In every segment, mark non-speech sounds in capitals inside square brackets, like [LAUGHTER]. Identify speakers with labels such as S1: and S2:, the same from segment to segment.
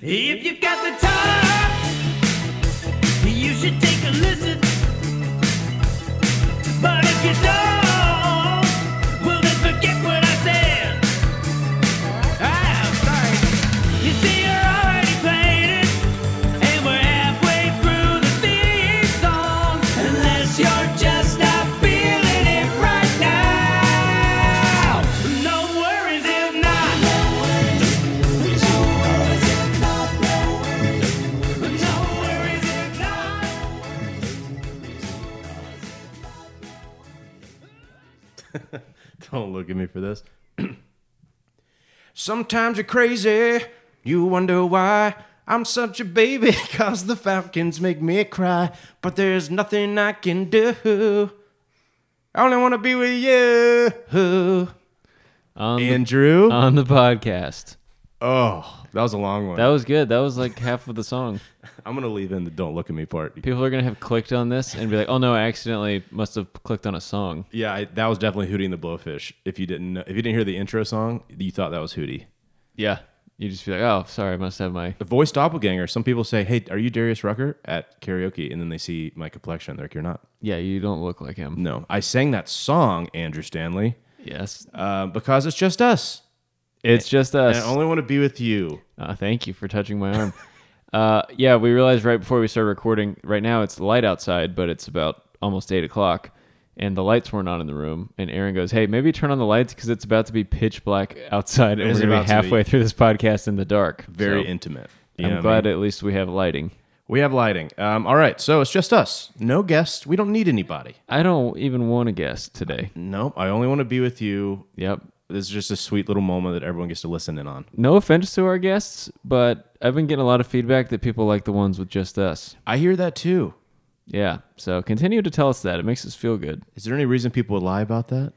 S1: If you've got the time, you should take a listen. But if you don't, well then forget what I said. Ah, sorry. You see, you're already playing it, and we're halfway through the theme song. Unless you're just not feeling it right now. No worries if not. No worries if not.
S2: [LAUGHS] Don't look at me for this. [CLEARS THROAT]
S3: Sometimes you're crazy. You wonder why I'm such a
S2: [LAUGHS]
S3: baby. Cause the Falcons make me cry. But there's nothing I can do. I only want to be with you.
S4: On the,
S2: Andrew.
S4: on the podcast.
S2: oh, that was a long one.
S4: That was good. That was like half of the song.
S2: I'm gonna leave in the "Don't look at me" part.
S4: People are gonna have clicked on this and be like, "Oh no, I accidentally must have clicked on a song."
S2: Yeah, I, that was definitely Hootie and the Blowfish. If you didn't, know, if you didn't hear the intro song, you thought that was Hootie.
S4: Yeah, you just be like, "Oh, sorry, I must have
S2: [LAUGHS]
S4: my."
S2: The voice doppelganger. Some people say, "Hey, are you Darius Rucker?" at karaoke, and then they see my complexion. They're like, "You're not."
S4: Yeah, you don't look like him.
S2: No, I sang that song, Andrew Stanley,
S4: Yes,
S2: uh, because it's just us.
S4: it's just us.
S2: And I only want to be with you.
S4: Uh, thank you for touching my arm. [LAUGHS] uh, yeah, we realized right before we started recording. Right now it's light outside, but it's about almost eight o'clock, and the lights weren't on in the room. And Aaron goes, "Hey, maybe turn on the lights because it's about to be pitch black outside, and
S2: It's
S4: we're gonna
S2: about
S4: be
S2: to be.
S4: halfway through this podcast in the dark."
S2: Very
S4: So,
S2: intimate. You
S4: I'm
S2: know what I
S4: glad
S2: mean?
S4: at least we have lighting.
S2: we have lighting. Um, all right, so it's just us. No guests. We don't need anybody.
S4: I don't even want to guess today.
S2: No, I only want to be with you.
S4: Yep.
S2: This is just a sweet little moment that everyone gets to listen in on.
S4: No offense to our guests, but I've been getting a lot of feedback that people like the ones with just us.
S2: I hear that too.
S4: Yeah. So continue to tell us that. It makes us feel good.
S2: Is there any reason people would lie about that?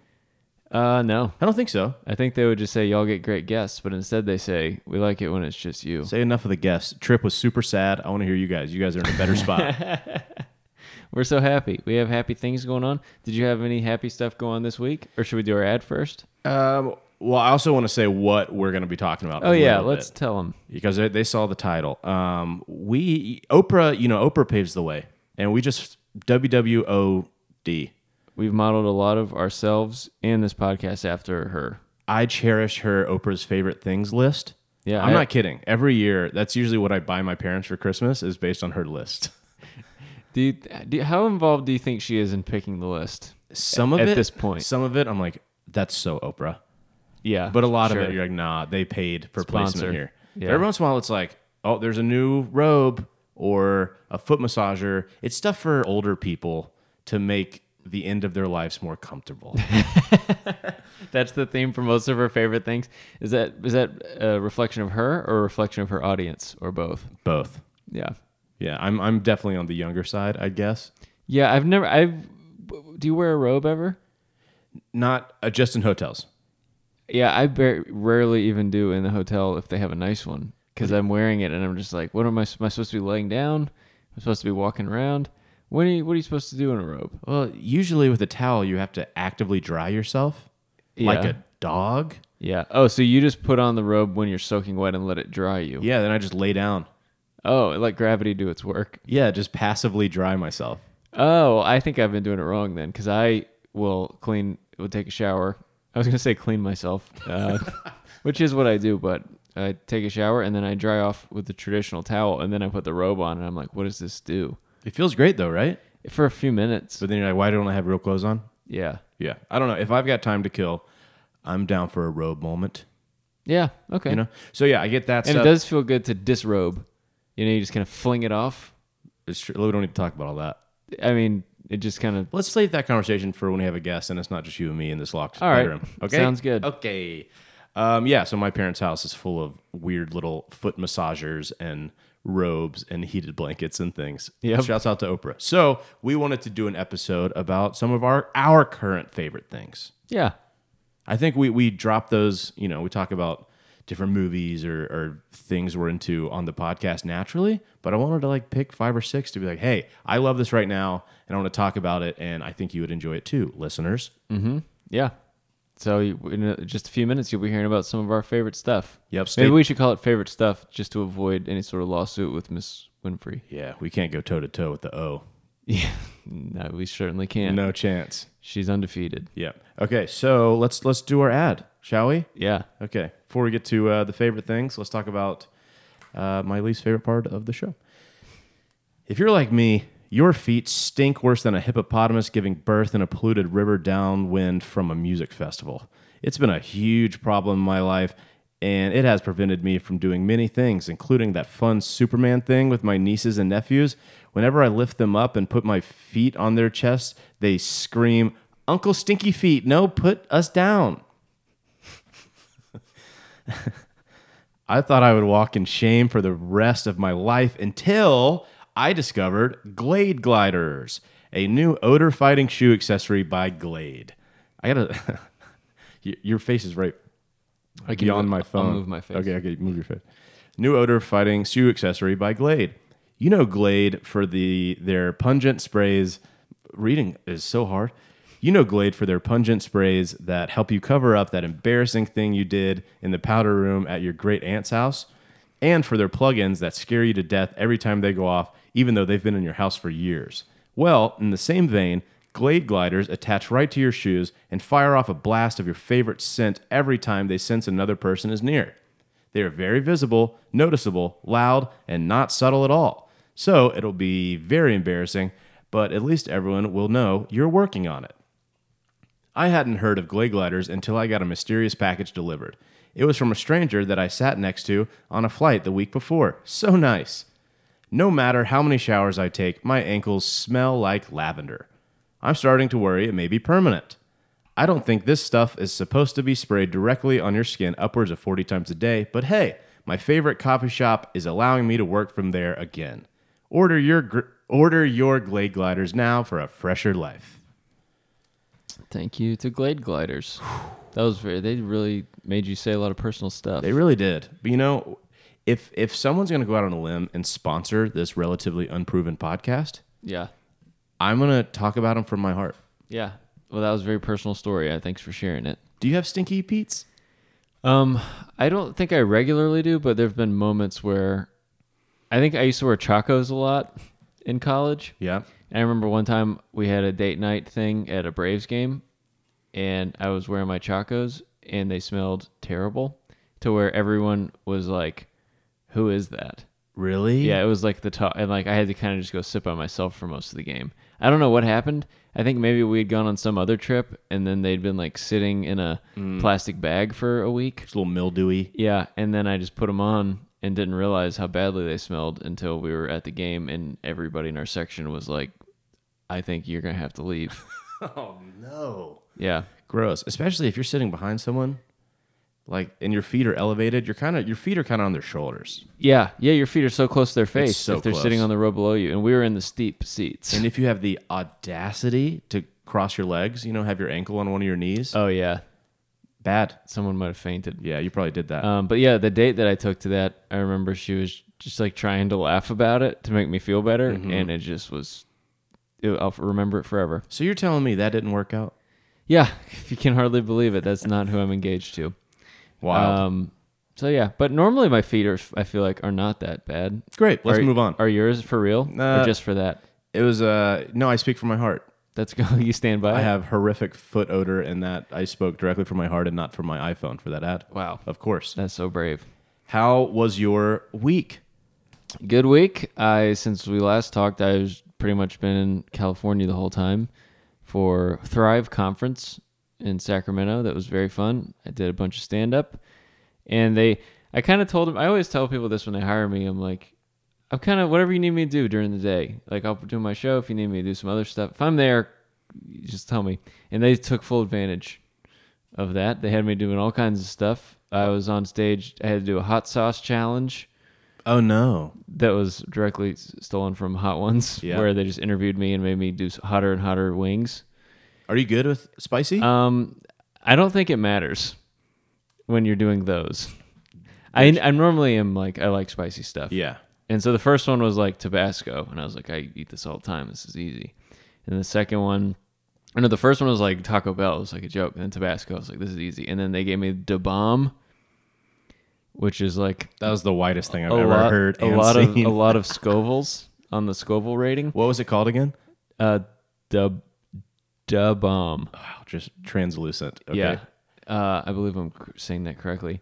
S4: Uh, no.
S2: I don't think so.
S4: I think they would just say, y'all get great guests, but instead they say, we like it when it's just you.
S2: Say enough of the guests. Trip was super sad. I want to hear you guys. You guys are in a
S4: [LAUGHS]
S2: better spot.
S4: We're so happy. We have happy things going on. Did you have any happy stuff going on this week? Or should we do our ad first?
S2: um, well, I also want to say what we're going to be talking about.
S4: Oh,
S2: a
S4: yeah.
S2: little
S4: Let's
S2: bit,
S4: tell them.
S2: because they, they saw the title. Um, we Oprah, you know, Oprah paves the way, and we just WWOD.
S4: We've modeled a lot of ourselves and this podcast after her.
S2: I cherish her Oprah's favorite things list.
S4: Yeah,
S2: I'm
S4: I-
S2: not kidding. Every year, that's usually what I buy my parents for Christmas is based on her list. [LAUGHS]
S4: Do you, do you- how involved do you think she is in picking the list?
S2: Some of
S4: At
S2: it
S4: this point.
S2: some of it, I'm like, that's so Oprah.
S4: Yeah.
S2: But a lot
S4: sure.
S2: of it, you're like, nah, they paid for
S4: Sponsor.
S2: placement here.
S4: Yeah.
S2: But every once in a while, it's like, oh, there's a new robe or a foot massager. It's stuff for older people to make the end of their lives more
S4: [LAUGHS]
S2: comfortable.
S4: That's the theme for most of her favorite things. Is that is that a reflection of her or a reflection of her audience or both?
S2: Both.
S4: Yeah.
S2: Yeah, I'm, I'm definitely on the younger side, I guess.
S4: Yeah, I've never I've do you wear a robe ever?
S2: Not uh, just in hotels.
S4: Yeah, I bar- rarely even do in the hotel if they have a nice one cuz I'm wearing it and I'm just like, what am I am I supposed to be laying down? I'm supposed to be walking around. What are you, what are you supposed to do in a robe?
S2: Well, usually with a towel, you have to actively dry yourself like
S4: Yeah.
S2: a dog.
S4: Yeah. Oh, so you just put on the robe when you're soaking wet and let it dry you.
S2: Yeah, then I just lay down.
S4: Oh, let gravity do its work.
S2: Yeah, just passively dry myself.
S4: Oh, I think I've been doing it wrong then, because I will clean, will take a shower. I was gonna say clean myself,
S2: [LAUGHS]
S4: uh, which is what I do, but I take a shower and then I dry off with the traditional towel, and then I put the robe on, and I'm like, what does this do?
S2: It feels great though, right?
S4: For a few minutes,
S2: But then you're like, why don't I have real clothes on?
S4: yeah,
S2: Yeah, I don't know. If I've got time to kill, I'm down for a robe moment.
S4: yeah, okay,
S2: You know. So yeah, I get that.
S4: and
S2: stuff.
S4: it does feel good to disrobe. You know, you just kind of fling it off.
S2: It's true. We don't need to talk about all that.
S4: I mean, it just kind of
S2: Let's save that conversation for when we have a guest, and it's not just you and me in this locked
S4: All right.
S2: bedroom. Okay.
S4: Sounds good.
S2: Okay. Um, yeah. So my parents' house is full of weird little foot massagers and robes and heated blankets and things.
S4: Yep.
S2: Shouts out to Oprah. So we wanted to do an episode about some of our our current favorite things.
S4: yeah,
S2: I think we we drop those. You know, we talk about different movies or, or things we're into on the podcast naturally. But I wanted to like pick five or six to be like, hey, I love this right now, and I want to talk about it, and I think you would enjoy it too, listeners.
S4: yeah. So you- in uh, just a few minutes, you'll be hearing about some of our favorite stuff.
S2: Yep, stay-
S4: Maybe we should call it favorite stuff just to avoid any sort of lawsuit with Miss Winfrey. [LAUGHS]
S2: Yeah, we can't go toe to toe with the O.
S4: Yeah. No, we certainly can't.
S2: No chance.
S4: She's undefeated.
S2: Yep. Okay, so let's let's do our ad, shall we?
S4: Yeah.
S2: Okay. Before we get to uh, the favorite things, let's talk about uh, my least favorite part of the show. If you're like me, your feet stink worse than a hippopotamus giving birth in a polluted river downwind from a music festival. It's been a huge problem in my life, and it has prevented me from doing many things, including that fun Superman thing with my nieces and nephews. Whenever I lift them up and put my feet on their chests, they scream, Uncle Stinky Feet, no, put us down. I thought I would walk in shame for the rest of my life until I discovered Glade Gliders, a new odor fighting shoe accessory by Glade. I gotta, [LAUGHS] Y- your face is right
S4: I
S2: beyond my phone.
S4: I'll move my face.
S2: Okay, okay, move your face. New odor fighting shoe accessory by Glade. You know Glade for the their pungent sprays. Reading is so hard. You know Glade for their pungent sprays that help you cover up that embarrassing thing you did in the powder room at your great aunt's house, and for their plugins that scare you to death every time they go off, even though they've been in your house for years. Well, in the same vein, Glade gliders attach right to your shoes and fire off a blast of your favorite scent every time they sense another person is near. They are very visible, noticeable, loud, and not subtle at all. So it'll be very embarrassing, but at least everyone will know you're working on it. I hadn't heard of Glade gliders until I got a mysterious package delivered. It was from a stranger that I sat next to on a flight the week before. So nice. No matter how many showers I take, my ankles smell like lavender. I'm starting to worry it may be permanent. I don't think this stuff is supposed to be sprayed directly on your skin upwards of 40 times a day, but hey, my favorite coffee shop is allowing me to work from there again. Order your gr- order your Glade gliders now for a fresher life.
S4: Thank you to Glade Gliders. [SIGHS] That was very, they really made you say a lot of personal stuff.
S2: They really did. But you know, if if someone's going to go out on a limb and sponsor this relatively unproven podcast,
S4: yeah.
S2: I'm going to talk about them from my heart.
S4: Yeah. Well, that was a very personal story. I thanks for sharing it.
S2: Do you have stinky Pete's?
S4: Um, I don't think I regularly do, but there have been moments where I think I used to wear chacos a lot in college.
S2: Yeah.
S4: And I remember one time we had a date night thing at a Braves game, and I was wearing my chacos, and they smelled terrible to where everyone was like, Who is that?
S2: Really?
S4: Yeah, it was like the top, and like I had to kind of just go sit by myself for most of the game. I don't know what happened. I think maybe we had gone on some other trip, and then they'd been like sitting in a plastic bag for a week.
S2: It's a little mildewy.
S4: Yeah, and then I just put them on and didn't realize how badly they smelled until we were at the game, and everybody in our section was like, "I think you're gonna have to leave."
S2: [LAUGHS] Oh, No.
S4: yeah,
S2: Gross. Especially if you're sitting behind someone, like and your feet are elevated, you're kind of your feet are kind of on their shoulders.
S4: yeah, yeah. Your feet are so close to their face
S2: so
S4: if they're
S2: close.
S4: sitting on the row below you, and we were in the steep seats.
S2: And if you have the audacity to cross your legs, you know, have your ankle on one of your knees,
S4: oh yeah,
S2: bad.
S4: someone might have fainted.
S2: Yeah, you probably did that.
S4: Um, but yeah, the date that I took to that, I remember she was just like trying to laugh about it to make me feel better,
S2: Mm-hmm.
S4: and it just was. It, I'll remember it forever.
S2: so you're telling me that didn't work out?
S4: Yeah, if you can hardly believe it, that's not who I'm engaged to.
S2: Wow.
S4: Um, so yeah, but normally my feet are, I feel like, are not that bad.
S2: Great. Let's
S4: Are-
S2: move on.
S4: Are yours for real,
S2: Uh,
S4: or just for that?
S2: It was uh no, I speak from my heart.
S4: That's [LAUGHS] go. You stand by.
S2: I
S4: it?
S2: have horrific foot odor and that I spoke directly from my heart and not from my iPhone for that ad.
S4: Wow.
S2: Of course.
S4: That's so brave.
S2: How was your week?
S4: Good week. I since we last talked, I've pretty much been in California the whole time for Thrive Conference in Sacramento. That was very fun. I did a bunch of stand up, and they. I kind of told them. I always tell people this when they hire me. I'm like, I'm kind of whatever you need me to do during the day. Like I'll do my show if you need me to do some other stuff. If I'm there, you just tell me. And they took full advantage of that. They had me doing all kinds of stuff. I was on stage. I had to do a hot sauce challenge
S2: Oh no.
S4: that was directly s- stolen from Hot
S2: [LAUGHS]
S4: Ones,
S2: Yeah.
S4: where they just interviewed me and made me do s- hotter and hotter wings.
S2: Are you good with spicy?
S4: Um, I don't think it matters when you're doing those. I, I normally am like I like spicy stuff.
S2: yeah.
S4: And so the first one was like Tabasco, and I was like, I eat this all the time. This is easy. And the second one I know the first one was like Taco Bell, it was like a joke, and then Tabasco. I was like, this is easy. And then they gave me Da Bomb, which is like
S2: That was the widest thing I've
S4: a
S2: ever
S4: lot,
S2: heard.
S4: a
S2: and
S4: lot of
S2: seen.
S4: a lot of Scovilles on the Scoville rating.
S2: What was it called again?
S4: Uh, Da Da Bomb.
S2: Wow, Oh, just translucent. Okay.
S4: um, Yeah. Uh, I believe I'm c- saying that correctly.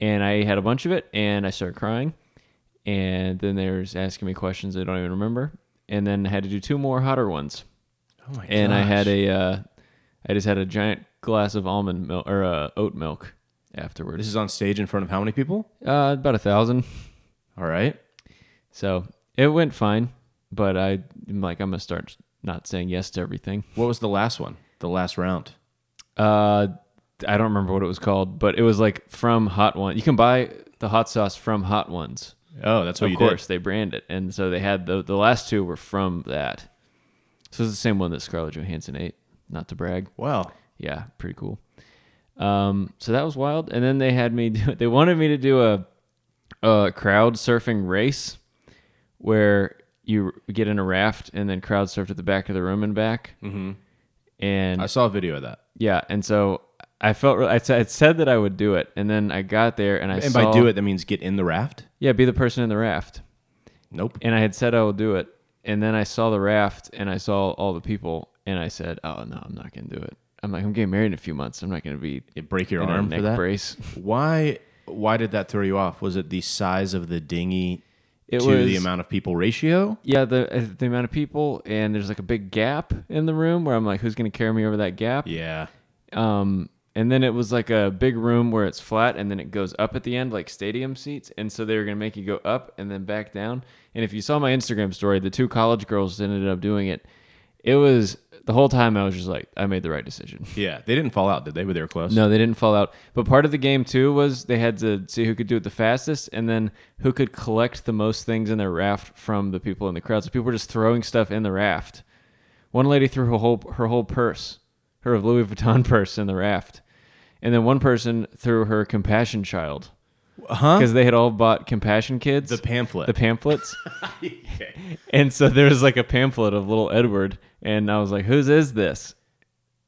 S4: And I had a bunch of it and I started crying. And then there's asking me questions I don't even remember. And then I had to do two more hotter ones.
S2: Oh my
S4: And I had
S2: gosh.
S4: a, uh, I just had a giant glass of almond milk or uh, oat milk
S2: This
S4: afterwards.
S2: is on stage in front of how many people?
S4: Uh, about a thousand.
S2: All right.
S4: So it went fine. But I, I'm like, I'm going to start not saying yes to everything.
S2: What was the last one? The last round.
S4: Uh, I don't remember what it was called, but it was like from Hot One. You can buy the hot sauce from Hot Ones.
S2: Oh, that's what
S4: of
S2: you
S4: course they brand it and so they had the the last two were from that so it's the same one that scarlett johansson ate not to brag
S2: did. Wow.
S4: yeah pretty cool um so that was wild and then they had me [LAUGHS] do they wanted me to do a a crowd surfing race where you get in a raft and then crowd surf to the back of the room and back mm-hmm. and
S2: I saw a video of that.
S4: yeah and so i felt re- I said- I said that i would do it and then i got there and i
S2: And
S4: saw,
S2: by do it, that means get in the raft?
S4: yeah be the person in the raft
S2: Nope.
S4: and I had said I will do it. And then I saw the raft and I saw all the people and I said, Oh no, I'm not gonna do it. I'm like, I'm getting married in a few months. I'm not gonna be
S2: You break your
S4: in a
S2: arm
S4: neck
S2: for that?
S4: brace.
S2: Why why did that throw you off? Was it the size of the dinghy
S4: It
S2: to
S4: was
S2: the amount of people ratio?
S4: yeah, the uh, the amount of people and there's like a big gap in the room where I'm like, Who's gonna carry me over that gap?
S2: Yeah.
S4: Um and then it was like a big room where it's flat and then it goes up at the end like stadium seats and so they were going to make you go up and then back down and if you saw my instagram story the two college girls that ended up doing it it was the whole time i was just like i made the right decision [LAUGHS]
S2: Yeah. They didn't fall out, did they? But they were close.
S4: No, they didn't fall out. But part of the game too was they had to see who could do it the fastest, and then who could collect the most things in their raft from the people in the crowd. So people were just throwing stuff in the raft. One lady threw her whole her whole purse, her Louis Vuitton [LAUGHS] purse, in the raft, and then one person threw her Compassion Child
S2: Huh?
S4: because they had all bought Compassion Kids
S2: The pamphlet. [LAUGHS]
S4: the pamphlets. And so there was like a pamphlet of little Edward, and I was like, "Whose is this?"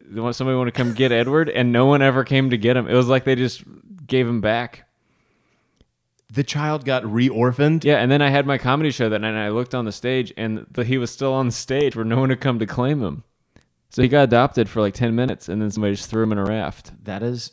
S4: They want- Somebody want to come get Edward, and no one ever came to get him. It was like they just gave him back.
S2: the child got reorphaned.
S4: Yeah, and then I had my comedy show that night, and I looked on the stage, and the, he was still on the stage where no one had come to claim him. So he got adopted for like ten minutes, and then somebody just threw him in a raft.
S2: That is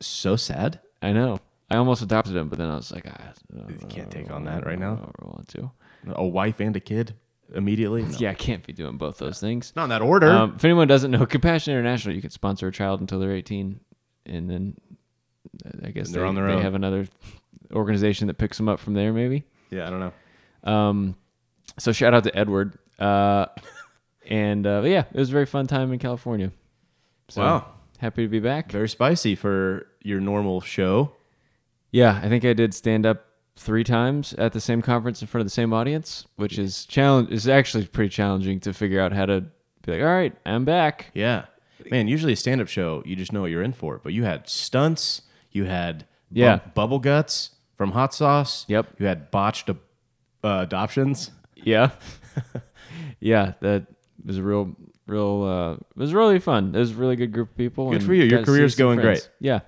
S2: so sad.
S4: I know. I almost adopted him, but then I was like, ah,
S2: You can't take on that right
S4: I
S2: now.
S4: don't want to.
S2: A wife and a kid immediately. No.
S4: Yeah, I can't be doing both those things.
S2: Not in that order.
S4: Um, if anyone doesn't know, [LAUGHS] Compassion International, you can sponsor a child until they're 18, and then uh, I guess
S2: They're
S4: they,
S2: on their
S4: they
S2: own.
S4: have another organization that picks them up from there, maybe.
S2: yeah, I don't know.
S4: Um, so shout out to Edward. Uh, and uh, but yeah, it was a very fun time in California. So
S2: Wow.
S4: happy to be back.
S2: Very spicy for your normal show.
S4: Yeah, I think I did stand up three times at the same conference in front of the same audience, which is challenge is actually pretty challenging to figure out how to be like, all right, I'm back.
S2: Yeah. Man, usually a stand up show, you just know what you're in for. But you had stunts, you had bu-
S4: Yeah.
S2: bubble guts from hot sauce.
S4: Yep.
S2: You had botched ab- uh, adoptions.
S4: Yeah. [LAUGHS] yeah, that was a real real uh it was really fun. It was a really good group of people.
S2: Good
S4: and
S2: for you. Your
S4: got to see
S2: career's
S4: some
S2: going
S4: friends.
S2: great.
S4: Yeah.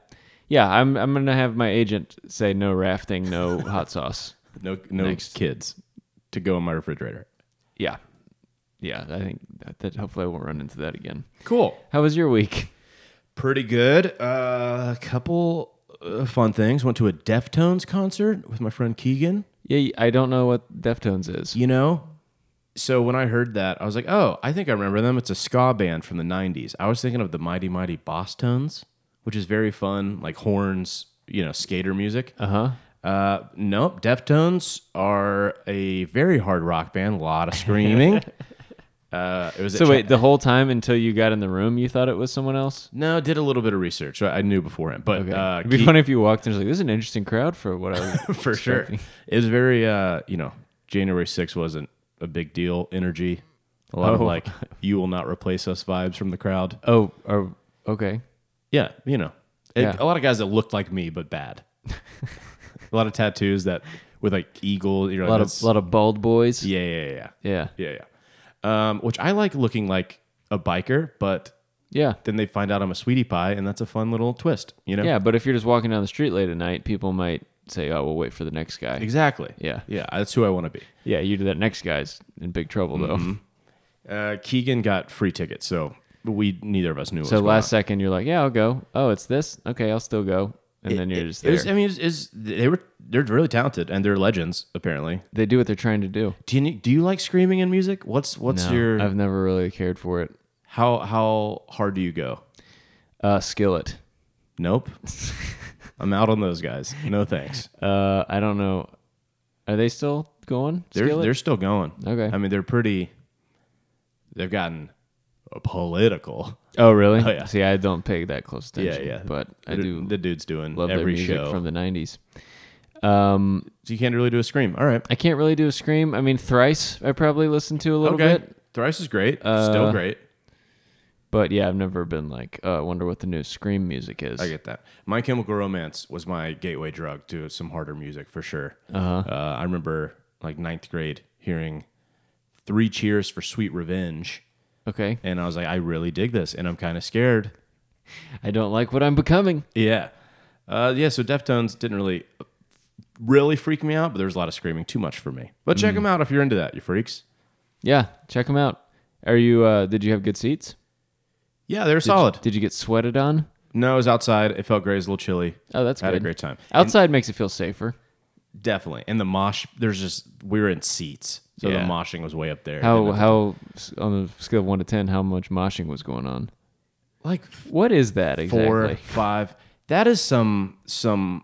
S4: Yeah, I'm I'm gonna have my agent say no rafting, [LAUGHS] no hot sauce.
S2: No no
S4: Next.
S2: kids to go in my refrigerator.
S4: Yeah. Yeah, I think that, that hopefully I won't run into that again.
S2: Cool.
S4: How was your week?
S2: Pretty good. Uh, a couple uh, fun things. Went to a Deftones concert with my friend Keegan.
S4: Yeah, I don't know what Deftones is.
S2: You know? So when I heard that, I was like, oh, I think I remember them. It's a ska band from the 90s. I was thinking of the Mighty Mighty Boss Tones, which is very fun, like horns, you know, skater music.
S4: Uh-huh.
S2: Uh, nope. Deftones are a very hard rock band, a lot of
S4: [LAUGHS]
S2: screaming. uh, it was at
S4: So
S2: Chi-
S4: wait, the whole time until you got in the room, you thought it was someone else?
S2: No, I did a little bit of research. I I knew beforehand, but
S4: Okay.
S2: uh,
S4: It'd be
S2: Ke-
S4: funny if you walked in and was like, this is an interesting crowd for what I [LAUGHS] was
S2: for sure.
S4: expecting."
S2: It was very, uh, you know, January 6th wasn't a big deal. Energy, a lot of
S4: Oh.
S2: like, you will not replace us vibes from the crowd.
S4: Oh, oh, okay.
S2: Yeah, you know, It-
S4: Yeah.
S2: a lot of guys that looked like me but
S4: [LAUGHS]
S2: bad. a lot of tattoos that with like eagle. You're
S4: A
S2: like,
S4: lot
S2: "That's-
S4: of lot of bald boys.
S2: yeah, yeah, yeah,
S4: Yeah.
S2: yeah, yeah. Um, which I like looking like a biker, but
S4: Yeah.
S2: Then they find out I'm a sweetie pie, and that's a fun little twist, you know?
S4: Yeah, but if you're just walking down the street late at night, people might say, "Oh, we'll wait for the next guy."
S2: Exactly.
S4: Yeah.
S2: Yeah. That's who I want to be.
S4: Yeah, you do that next guy's in big trouble though.
S2: Mm-hmm. Uh, Keegan got free tickets, so we neither of us knew. What
S4: So
S2: was
S4: last
S2: going
S4: second, you're like, "Yeah, I'll go." Oh, it's this. Okay, I'll still go. And
S2: on.
S4: then you're
S2: It-
S4: just
S2: it
S4: there.
S2: was- I mean, it's, it's, they were they're really talented and they're legends apparently.
S4: they do what they're trying to do.
S2: Do you do you like screaming in music? What's what's
S4: No,
S2: your
S4: I've never really cared for it.
S2: how how hard do you go?
S4: Uh, skillet. [LAUGHS]
S2: Nope. I'm out on those guys. No thanks.
S4: Uh, I don't know. Are they still going?
S2: They're
S4: skillet?
S2: they're still going.
S4: Okay.
S2: I mean, they're pretty. They've gotten political.
S4: oh, really?
S2: Oh, yeah.
S4: See, I don't pay that close attention.
S2: yeah.
S4: But I
S2: The-
S4: do
S2: The dude's doing
S4: love their
S2: every
S4: music
S2: show.
S4: from the '90s. Um,
S2: so you can't really do a scream. All right.
S4: I can't really do a scream. I mean, thrice I probably listened to a little
S2: Okay.
S4: bit,
S2: Thrice is great.
S4: Uh,
S2: Still great.
S4: but yeah, I've never been like, oh, I wonder what the new scream music is.
S2: I get that. My Chemical Romance was my gateway drug to some harder music for sure. Uh-huh. I remember like ninth grade hearing three cheers for Sweet Revenge,
S4: okay,
S2: and I was like, I really dig this, and I'm kind of scared.
S4: I don't like what I'm becoming.
S2: Yeah, uh, yeah. So Deftones didn't really really freak me out, but there was a lot of screaming, too much for me. But
S4: Mm.
S2: check them out if you're into that, you freaks.
S4: Yeah, check them out. Are you? uh Did you have good seats?
S2: Yeah, they're solid.
S4: Did you get sweated on?
S2: no, it was outside. It felt great. It was a little chilly.
S4: Oh, that's
S2: had
S4: good.
S2: a great time.
S4: Outside makes it feel safer.
S2: Definitely. And the mosh, there's just we were in seats, so
S4: Yeah.
S2: the moshing was way up there.
S4: How
S2: And
S4: how s- on the scale of one to ten, how much moshing was going on?
S2: like
S4: What is that exactly?
S2: four, five. That is some some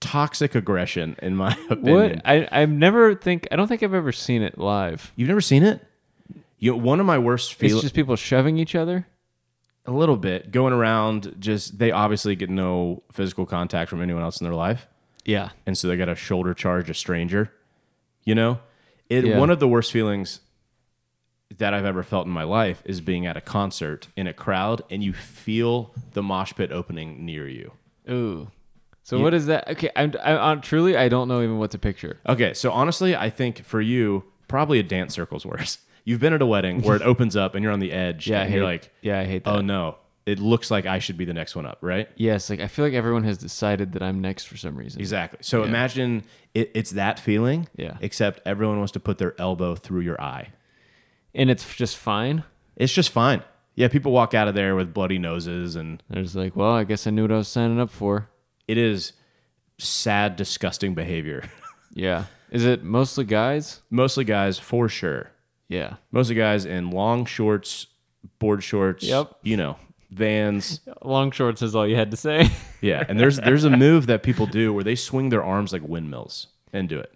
S2: toxic aggression in my [LAUGHS] opinion.
S4: What I I've never think I don't think I've ever seen it live.
S2: You've never seen it? You one of my worst
S4: It's
S2: feelings
S4: just people shoving each other.
S2: a little bit going around just they obviously get no physical contact from anyone else in their life.
S4: Yeah,
S2: And so they got to shoulder charge a stranger. You know? It
S4: Yeah.
S2: one of the worst feelings that I've ever felt in my life is being at a concert in a crowd and you feel the mosh pit opening near you.
S4: Ooh. So what is that? Okay, I'm, I, am truly I don't know even what to picture.
S2: Okay, so honestly, I think for you, probably a dance circle's worse. [LAUGHS] You've been at a wedding
S4: [LAUGHS]
S2: where it opens up and you're on the edge.
S4: Yeah, I
S2: and
S4: hate,
S2: you're like,
S4: yeah, I hate that.
S2: oh no, it looks like I should be the next one up, right?
S4: yes, like I feel like everyone has decided that I'm next for some reason.
S2: Exactly. So imagine it, it's that feeling,
S4: Yeah.
S2: except everyone wants to put their elbow through your eye.
S4: And it's just fine.
S2: It's just fine. Yeah, people walk out of there with bloody noses, and
S4: They're just like, well, I guess I knew what I was signing up for.
S2: it is sad, disgusting behavior. [LAUGHS]
S4: Yeah. Is it mostly guys?
S2: Mostly guys, for sure.
S4: Yeah.
S2: Mostly guys in long shorts, board shorts,
S4: Yep.
S2: you know, vans.
S4: Long shorts is all you had to say. [LAUGHS]
S2: Yeah, and there's there's a move that people do where they swing their arms like windmills and do it,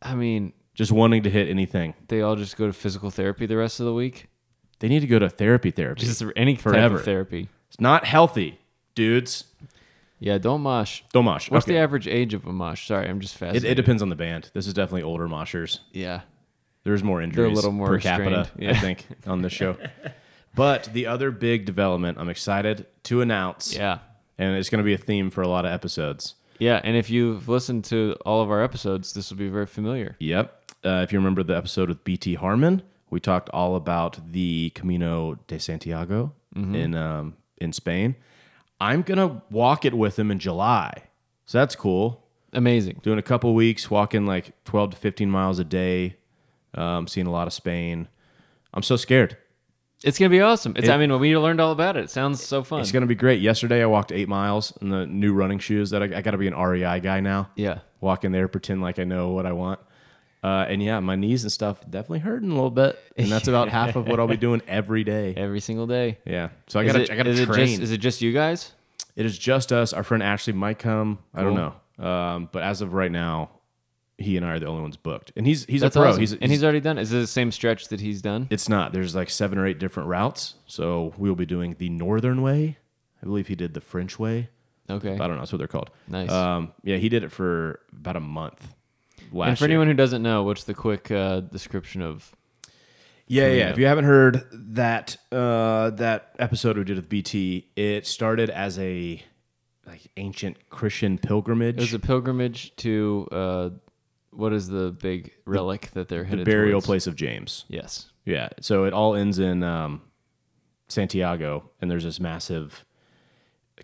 S4: I mean,
S2: just wanting to hit anything.
S4: they all just go to physical therapy the rest of the week.
S2: They need to go to therapy. Therapy.
S4: Just any type
S2: Forever.
S4: of therapy.
S2: It's not healthy, dudes.
S4: Yeah, don't mosh.
S2: Don't mosh.
S4: What's the
S2: okay.
S4: average age of a mosh? Sorry, I'm just
S2: it,
S4: fascinated.
S2: it depends on the band. This is definitely older moshers.
S4: yeah.
S2: There's more injuries
S4: little more
S2: per capita,
S4: restrained, yeah.
S2: I think, on this show. but the other big development I'm excited to announce,
S4: Yeah.
S2: and it's going to be a theme for a lot of episodes.
S4: Yeah, and if you've listened to all of our episodes, this will be very familiar.
S2: Yep. Uh, if you remember the episode with BT Harmon, we talked all about the Camino de Santiago in um, in Spain. I'm gonna walk it with him in July, so that's cool.
S4: Amazing.
S2: Doing a couple weeks, walking like 12 to 15 miles a day, um, seeing a lot of Spain. I'm so scared.
S4: It's gonna be awesome. It's I mean we learned all about it. It sounds so fun.
S2: It's gonna be great. Yesterday, I walked eight miles in the new running shoes that I, I got to be an REI guy now.
S4: yeah.
S2: walk in there, pretend like I know what I want. Uh, and yeah, my knees and stuff definitely hurting a little bit, and that's about half of what I'll
S4: [LAUGHS]
S2: be doing every day.
S4: Every single day.
S2: Yeah, so I
S4: Is
S2: gotta,
S4: it-
S2: I gotta
S4: is it
S2: train.
S4: just is it just you guys?
S2: it is just us. Our friend Ashley might come. I don't
S4: Cool.
S2: know, um, but as of right now, he and I are the only ones booked, and he's he's
S4: That's
S2: a pro.
S4: awesome.
S2: He's,
S4: and he's already done. Is it the same stretch that he's done?
S2: it's not. There's like seven or eight different routes, so we'll be doing the northern way. I believe he did the French way.
S4: Okay.
S2: I don't know. That's what they're called.
S4: Nice.
S2: Um, yeah, he did it for about a month. Last
S4: And for
S2: year.
S4: anyone who doesn't know, what's the quick uh, description of
S2: Yeah, yeah. If you haven't heard that uh, that episode we did with BT, it started as a like ancient Christian pilgrimage,
S4: it was a pilgrimage to uh, what is the big relic that they're headed
S2: burial
S4: towards?
S2: place of James.
S4: Yes.
S2: Yeah. So it all ends in um, Santiago, and there's this massive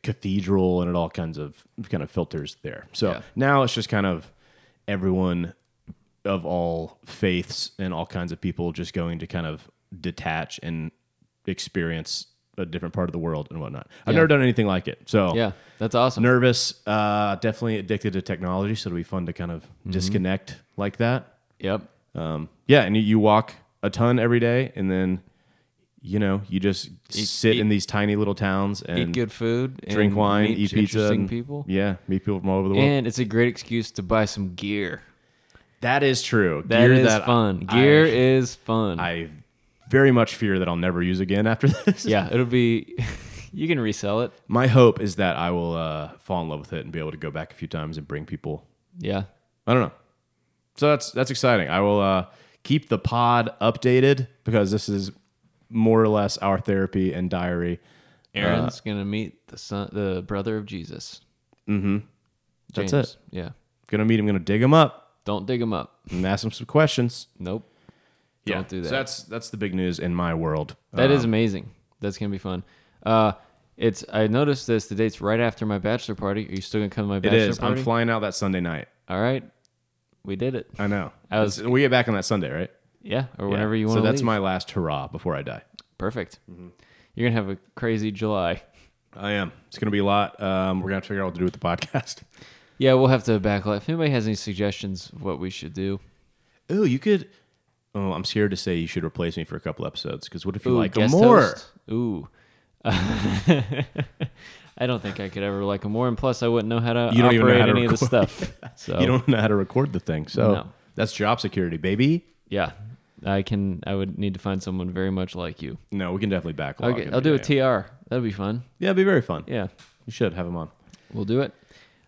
S2: cathedral and it all kinds of kind of filters there. So
S4: Yeah.
S2: now it's just kind of everyone of all faiths and all kinds of people just going to kind of detach and experience a different part of the world and whatnot. I've
S4: Yeah.
S2: never done anything like it. So
S4: Yeah, that's awesome.
S2: nervous, uh, definitely addicted to technology. So it'll be fun to kind of
S4: Mm-hmm.
S2: disconnect like that.
S4: Yep.
S2: Um, yeah, and you, you walk a ton every day, and then you know you just sit
S4: eat-
S2: in these tiny little towns and
S4: Eat good food. and
S2: drink wine,
S4: meet
S2: eat pizza,
S4: Interesting
S2: and-
S4: people.
S2: Yeah, meet people from all over the world.
S4: And it's a great excuse to buy some gear.
S2: that is true.
S4: That is
S2: Gear that
S4: fun.
S2: I-
S4: Gear is fun.
S2: I very much fear that I'll never use again after [LAUGHS] this.
S4: yeah, it'll be. [LAUGHS] you can resell it.
S2: My hope is that I will uh, fall in love with it and be able to go back a few times and bring people
S4: Yeah.
S2: I don't know. So that's that's exciting. I will uh, keep the pod updated because this is more or less our therapy and diary.
S4: Uh, Aaron's gonna meet the son, the brother of Jesus. Mm-hmm.
S2: That's it.
S4: Yeah.
S2: Gonna meet him. Gonna dig him up
S4: Don't dig him up.
S2: and ask him some questions.
S4: Nope. Don't do that.
S2: So that's that's the big news in my world. Uh,
S4: That is amazing. That's gonna be fun. Uh, it's. I noticed this. The date's right after my bachelor party. Are you still gonna come to my
S2: it
S4: bachelor
S2: is.
S4: party?
S2: I'm flying out that Sunday night.
S4: All right. We did it.
S2: I know.
S4: I was-
S2: It's- we get back on that Sunday, right?
S4: Yeah. Or
S2: Yeah.
S4: whenever you want
S2: So
S4: to.
S2: that's my Mm-hmm. last hurrah before I die.
S4: perfect. You're gonna have a crazy July. [LAUGHS]
S2: I am. It's gonna be a lot. Um, we're gonna have to figure out what to do with the podcast.
S4: Yeah, we'll have to backlight. If anybody has any suggestions of what we should do,
S2: [LAUGHS] Ooh, you could. Oh, I'm scared to say you should replace me for a couple episodes because what if you
S4: Ooh,
S2: like 'em
S4: guest
S2: more?
S4: host. Ooh. [LAUGHS] I don't think I could ever like him more, and plus I wouldn't know how to
S2: You don't
S4: operate
S2: even know how to
S4: any of the
S2: record.
S4: stuff. So
S2: [LAUGHS] You don't know how to record the thing. So
S4: No.
S2: that's job security, baby.
S4: yeah, I can. I would need to find someone very much like you.
S2: No, we can definitely backlog.
S4: Okay,
S2: it,
S4: I'll do a
S2: but yeah.
S4: TR. That'd be fun.
S2: Yeah, it'd be very fun.
S4: Yeah,
S2: You should have him on.
S4: we'll do it.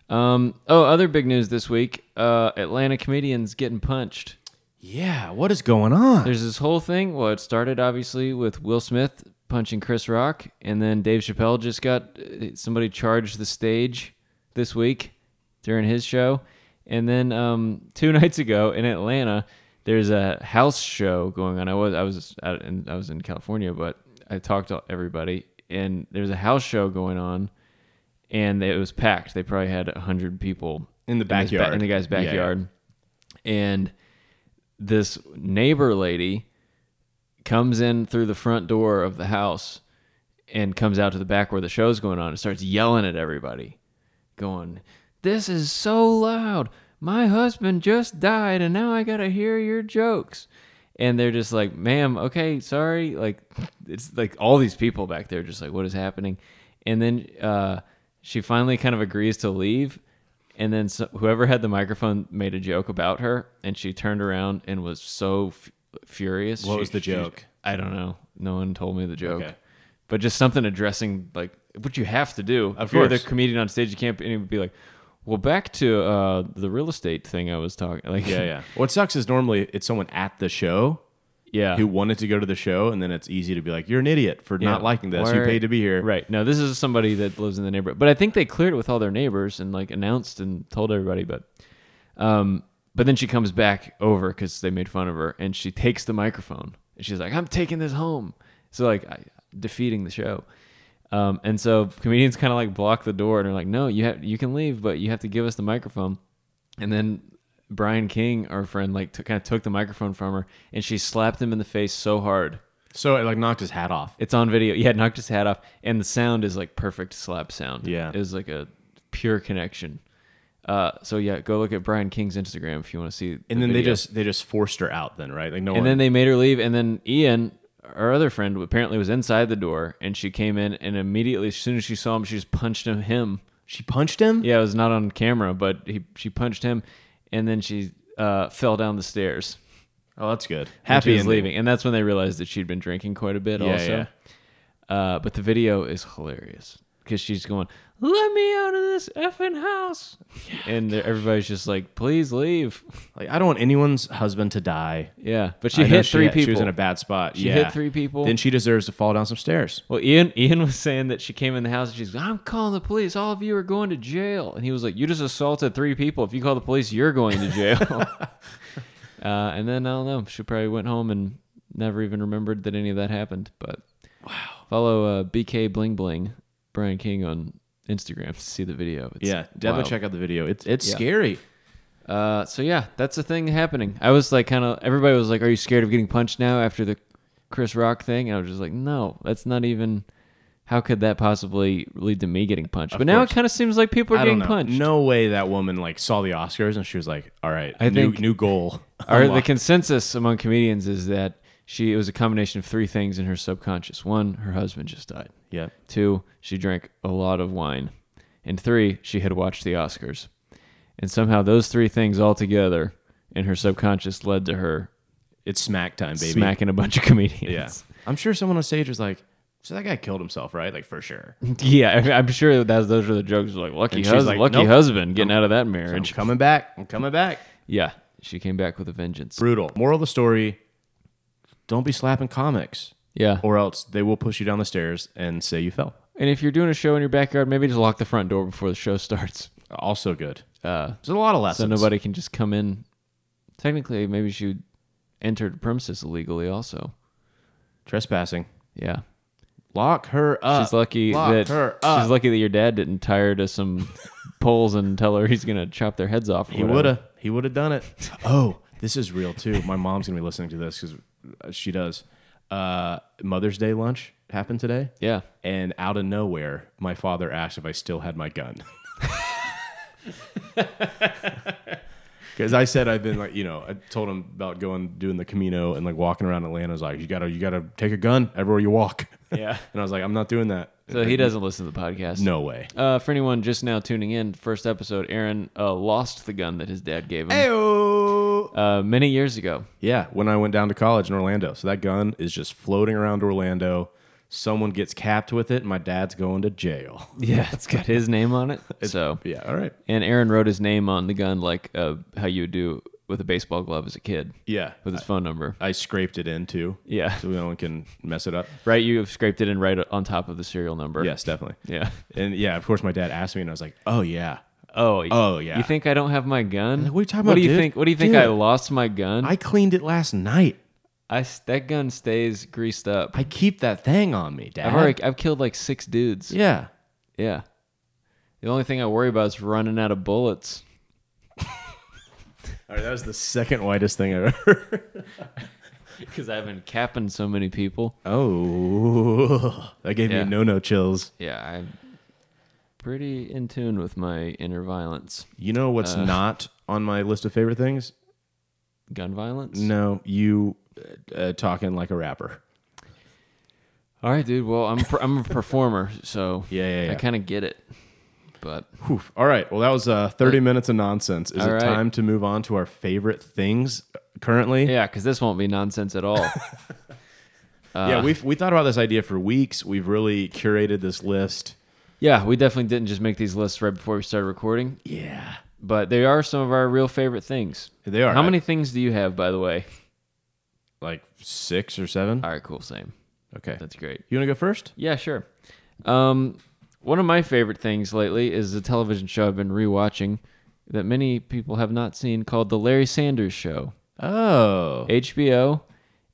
S4: Um, oh, other big news this week: uh, Atlanta comedians getting punched.
S2: Yeah, what is going on?
S4: There's this whole thing. Well, it started obviously with Will Smith punching Chris Rock, and then Dave Chappelle just got uh, somebody charged the stage this week during his show, and then um, [LAUGHS] two nights ago in Atlanta, there's a house show going on. I was I was out in, I was in California, but I talked to everybody, and there's a house show going on, and it was packed. They probably had hundred people
S2: In the
S4: his ba-
S2: backyard.
S4: in the guy's
S2: Yeah, yeah.
S4: backyard, and this neighbor lady comes in through the front door of the house and comes out to the back where the show's going on and starts yelling at everybody, going, This is so loud. My husband just died and now I got to hear your jokes. And they're just like, Ma'am, okay, sorry. Like, [LAUGHS] it's like all these people back there just like, What is happening? And then uh, she finally kind of agrees to leave. And then so, whoever had the microphone made a joke about her and she turned around and was so f- furious.
S2: What
S4: She-
S2: was the
S4: she-
S2: joke?
S4: I don't know. No one told me the joke.
S2: Okay.
S4: But just something addressing like what you have to do. If you're the
S2: course.
S4: comedian on stage, you can't be, and it would be like, well, back to uh, the real estate thing I was talking.
S2: [LAUGHS]
S4: Like,
S2: yeah, yeah. What sucks is normally it's someone at the show
S4: [LAUGHS] yeah.
S2: who wanted to go to the show, and then it's easy to be like, "You're an idiot for
S4: Yeah.
S2: not liking this.
S4: Why
S2: You
S4: are-
S2: paid to be here."
S4: Right. No, this is somebody that lives in the neighborhood. But I think they cleared it with all their neighbors and like announced and told everybody. But, um, but then she comes back over because they made fun of her and she takes the microphone and she's like, "I'm taking this home." So like I, defeating the show. Um, and so comedians kind of like block the door and are like, "No, you have you can leave, but you have to give us the microphone." And then Brian King, our friend, like took kind of took the microphone from her and she slapped him in the face so hard
S2: So it like knocked his hat off.
S4: it's on video. Yeah, knocked his hat off, and the sound is like perfect slap sound.
S2: Yeah.
S4: it was like a pure connection. Uh, so yeah, go look at Brian King's Instagram if you want to see.
S2: And then they just they just forced her out. Then right? Like no
S4: and
S2: one.
S4: then they made her leave, and then Ian, our other friend, apparently was inside the door, and she came in, and immediately as soon as she saw him, she just punched him. him.
S2: she punched him.
S4: Yeah, it was not on camera, but he she punched him, and then she uh, fell down the stairs.
S2: Oh, that's good.
S4: when she
S2: Happy
S4: was
S2: ending.
S4: leaving, and that's when they realized that she'd been drinking quite a bit.
S2: Yeah,
S4: also,
S2: yeah.
S4: Uh, but the video is hilarious because she's going, "Let me out of this effing house," and they're- everybody's just like, "Please leave." [LAUGHS]
S2: Like I don't want anyone's husband to die.
S4: Yeah, but she
S2: I know
S4: hit three
S2: had-
S4: people.
S2: She was in a bad spot.
S4: She
S2: yeah.
S4: hit three people.
S2: Then she deserves to fall down some stairs.
S4: well, Ian Ian was saying that she came in the house and she's, "I'm calling the police. All of you are going to jail." And he was like, "You just assaulted three people. If you call the police, you're going to jail."
S2: [LAUGHS]
S4: uh, and then I don't know. She probably went home and never even remembered that any of that happened. But Follow uh, BK Bling Bling Brian King on Instagram to see the video. It's
S2: yeah, definitely
S4: wild.
S2: check out the video. It's it's
S4: Yeah.
S2: scary.
S4: Uh, so yeah, that's the thing happening. I was like, kind of. Everybody was like, "Are you scared of getting punched now after the Chris Rock thing?" And I was just like, "No, that's not even. How could that possibly lead to me getting punched?" but now it
S2: course.
S4: kind of seems like people are
S2: I don't
S4: getting
S2: know.
S4: punched.
S2: No way that woman like saw the Oscars and she was like, "All right,
S4: I
S2: new
S4: think-
S2: new
S4: [LAUGHS]
S2: goal."
S4: Or the
S2: unlocked."
S4: consensus among comedians is that she it was a combination of three things in her subconscious. One, her husband just died.
S2: yeah.
S4: Two, she drank a lot of wine. And three, she had watched the Oscars. And somehow those three things all together in her subconscious led to her
S2: It's smack time, baby.
S4: smacking a bunch of comedians.
S2: Yeah. I'm sure someone on stage was like, "So that guy killed himself, right?" Like for
S4: [LAUGHS]
S2: sure.
S4: Yeah, I mean, I'm sure that those are the jokes. Like lucky,
S2: And she's
S4: hus-
S2: like,
S4: lucky
S2: "Nope,
S4: husband getting out of that
S2: I'm
S4: marriage.
S2: coming back. I'm coming back.
S4: yeah, she came back with a vengeance.
S2: Brutal. Moral of the story: Don't be slapping comics,
S4: Yeah,
S2: or else they will push you down the stairs and say you fell.
S4: and if you're doing a show in your backyard, maybe just lock the front door before the show [LAUGHS] starts,
S2: Also good.
S4: uh,
S2: There's a lot of lessons.
S4: so nobody can just come in. Technically, maybe she entered the premises illegally. Also,
S2: trespassing.
S4: yeah,
S2: Lock her up.
S4: she's lucky
S2: Uh, Lock
S4: that
S2: her up.
S4: she's lucky that your dad didn't tie her to
S2: [LAUGHS]
S4: some poles and tell her he's gonna chop their heads off. or
S2: He
S4: whatever.
S2: would have. He would have done it. [LAUGHS] Oh, this is real too. My mom's gonna be listening to this because she does. Uh, Mother's Day lunch happened today.
S4: Yeah.
S2: And out of nowhere, my father asked if I still had my gun. [LAUGHS] Because I said I've been like, you know, I told him about going doing the Camino and like walking around Atlanta. I was like, you gotta, you gotta take a gun everywhere you walk.
S4: Yeah.
S2: [LAUGHS] and I was like, I'm not doing that.
S4: So he doesn't listen to the podcast.
S2: No way.
S4: Uh, for anyone just now tuning in, first episode, Aaron uh, lost the gun that his dad gave him uh, many
S2: [LAUGHS]
S4: years ago.
S2: Yeah, when I went down to college in Orlando. So that gun is just floating around Orlando. Someone gets capped with it, and my dad's going to jail.
S4: Yeah, it's got his name on [LAUGHS] it. so,
S2: [LAUGHS] Yeah, all right.
S4: and Aaron wrote his name on the gun like uh, how you would do with a baseball glove as a kid.
S2: Yeah.
S4: with his phone number.
S2: I scraped it in too.
S4: Yeah.
S2: So no one can mess it up.
S4: Right, you have scraped it in right on top of the serial number.
S2: Yes, definitely.
S4: Yeah.
S2: And yeah, of course, my dad asked me, and I was like, oh, yeah.
S4: Oh.
S2: [LAUGHS] Oh, yeah.
S4: You think I don't have my gun?
S2: What are you talking
S4: What
S2: about,
S4: do you
S2: dude?
S4: think? What do you think?
S2: Dude.
S4: I lost my gun.
S2: I cleaned it last night.
S4: I s- that gun stays greased up.
S2: I keep that thing on me, dad.
S4: I've already I've killed like six dudes.
S2: yeah.
S4: Yeah. The only thing I worry about is running out of bullets. [LAUGHS]
S2: All right, that was the second whitest thing I've ever heard.
S4: Because I've been capping so many people. [LAUGHS]
S2: Oh, that gave
S4: Yeah.
S2: me no no chills.
S4: Yeah, I'm pretty in tune with my inner violence.
S2: You know what's
S4: Uh.
S2: not on my list of favorite things?
S4: Gun violence?
S2: No, you uh, uh, talking like a rapper.
S4: All right, dude. Well, I'm, per- I'm a performer, so
S2: [LAUGHS] Yeah, yeah,
S4: I
S2: yeah.
S4: kind of get it.
S2: [LAUGHS]
S4: But
S2: Whew. All right. Well, that was uh, 30 minutes of nonsense. Is
S4: All
S2: it
S4: right.
S2: time to move on to our favorite things uh, currently?
S4: yeah, because this won't be nonsense
S2: [LAUGHS]
S4: at all. Uh.
S2: yeah we've, we thought about this idea for weeks. We've really curated this list.
S4: yeah, we definitely didn't just make these lists right before we started recording,
S2: Yeah.
S4: but they are some of our real favorite things.
S2: They are.
S4: How
S2: I-
S4: many things do you have, by the way?
S2: Like six or seven?
S4: All right, cool. Same.
S2: Okay.
S4: That's great.
S2: You want to go first?
S4: Yeah, sure. Um, one of my favorite things lately is a television show I've been rewatching that many people have not seen called The Larry Sanders Show.
S2: Oh.
S4: HBO.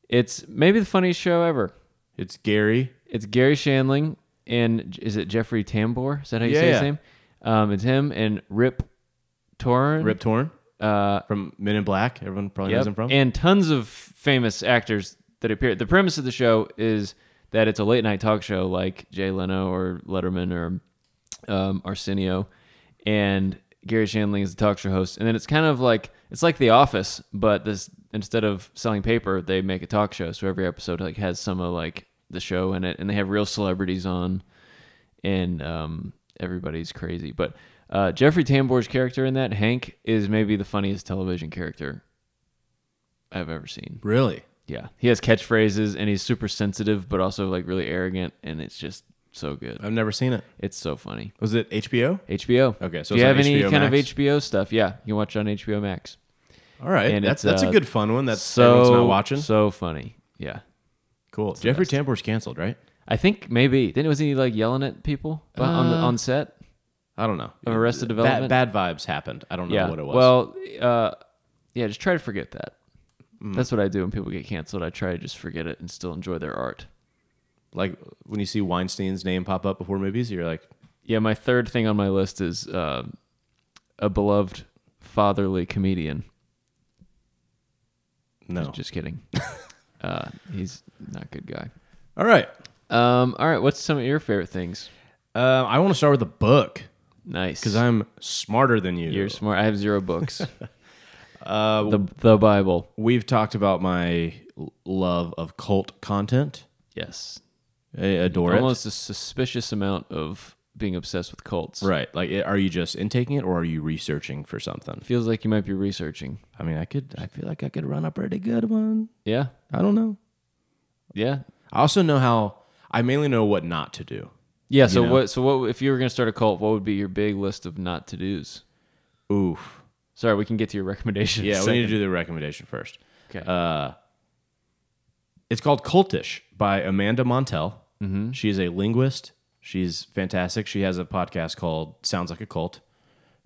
S4: It's maybe the funniest show ever.
S2: It's Gary.
S4: It's Gary Shandling and is it Jeffrey Tambor? Is that how you
S2: Yeah,
S4: say his
S2: yeah.
S4: name? Um, it's him and Rip Torn.
S2: Rip Torn
S4: Uh,
S2: from Men in Black. Everyone probably knows him
S4: yep,
S2: from.
S4: And tons of famous actors that appear. The premise of the show is that it's a late night talk show like Jay Leno or Letterman or um, Arsenio, and Gary Shandling is the talk show host. And then it's kind of like it's like The Office, but this instead of selling paper, they make a talk show. So every episode like has some of like the show in it, and they have real celebrities on and um, everybody's crazy. But uh, Jeffrey Tambor's character in that, Hank, is maybe the funniest television character I've ever seen.
S2: really?
S4: Yeah, he has catchphrases and he's super sensitive, but also like really arrogant, and it's just so good.
S2: I've never seen it.
S4: It's so funny.
S2: Was it HBO?
S4: HBO.
S2: Okay, so
S4: do you
S2: it's on
S4: have any
S2: HBO
S4: kind
S2: Max?
S4: of HBO stuff? Yeah, you can watch it on HBO Max.
S2: All right.
S4: And
S2: that's
S4: it's,
S2: that's
S4: uh,
S2: a good fun one. That's
S4: so
S2: everyone's not watching.
S4: So funny. Yeah,
S2: cool. Jeffrey Tambor's canceled, right?
S4: I think maybe then it was he like yelling at people bu- on
S2: Um,
S4: the on set.
S2: I don't know.
S4: Of Arrested
S2: Ba-
S4: Development?
S2: Bad, vibes happened. I don't know
S4: yeah.
S2: what it was.
S4: Well, uh, yeah, just try to forget
S2: Mm.
S4: that. That's what I do when people get canceled. I try to just forget it and still enjoy their art.
S2: Like when you see Weinstein's name pop up before movies, you're like,
S4: Yeah, my third thing on my list is uh, a beloved fatherly comedian.
S2: no.
S4: Just kidding. [LAUGHS] uh, he's not a good guy.
S2: All right.
S4: Um, all right, what's some of your favorite things?
S2: Uh, I want to start with a book
S4: Nice.
S2: because I'm smarter than you.
S4: You're smart. I have
S2: [LAUGHS]
S4: zero books. uh, the the Bible.
S2: We've talked about my l- love of cult content.
S4: Yes.
S2: I adore
S4: Almost a suspicious amount of being obsessed with cults.
S2: it. Right. Like, it- are you just intaking it or are you researching for something?
S4: Feels like you might be researching.
S2: I mean, I could, I feel like I could run a pretty good one.
S4: Yeah.
S2: I don't know.
S4: Yeah.
S2: I also know how, I mainly know what not to do.
S4: Yeah. So
S2: know.
S4: what? So what? If you were going to start a cult, what would be your big list of not to dos?
S2: Oof.
S4: Sorry, we can get to your recommendations.
S2: Yeah, we need uh, to do the recommendation first.
S4: Okay.
S2: It's called Cultish by Amanda Montell. Mm-hmm. She's a linguist. She's fantastic. She has a podcast called Sounds Like a Cult.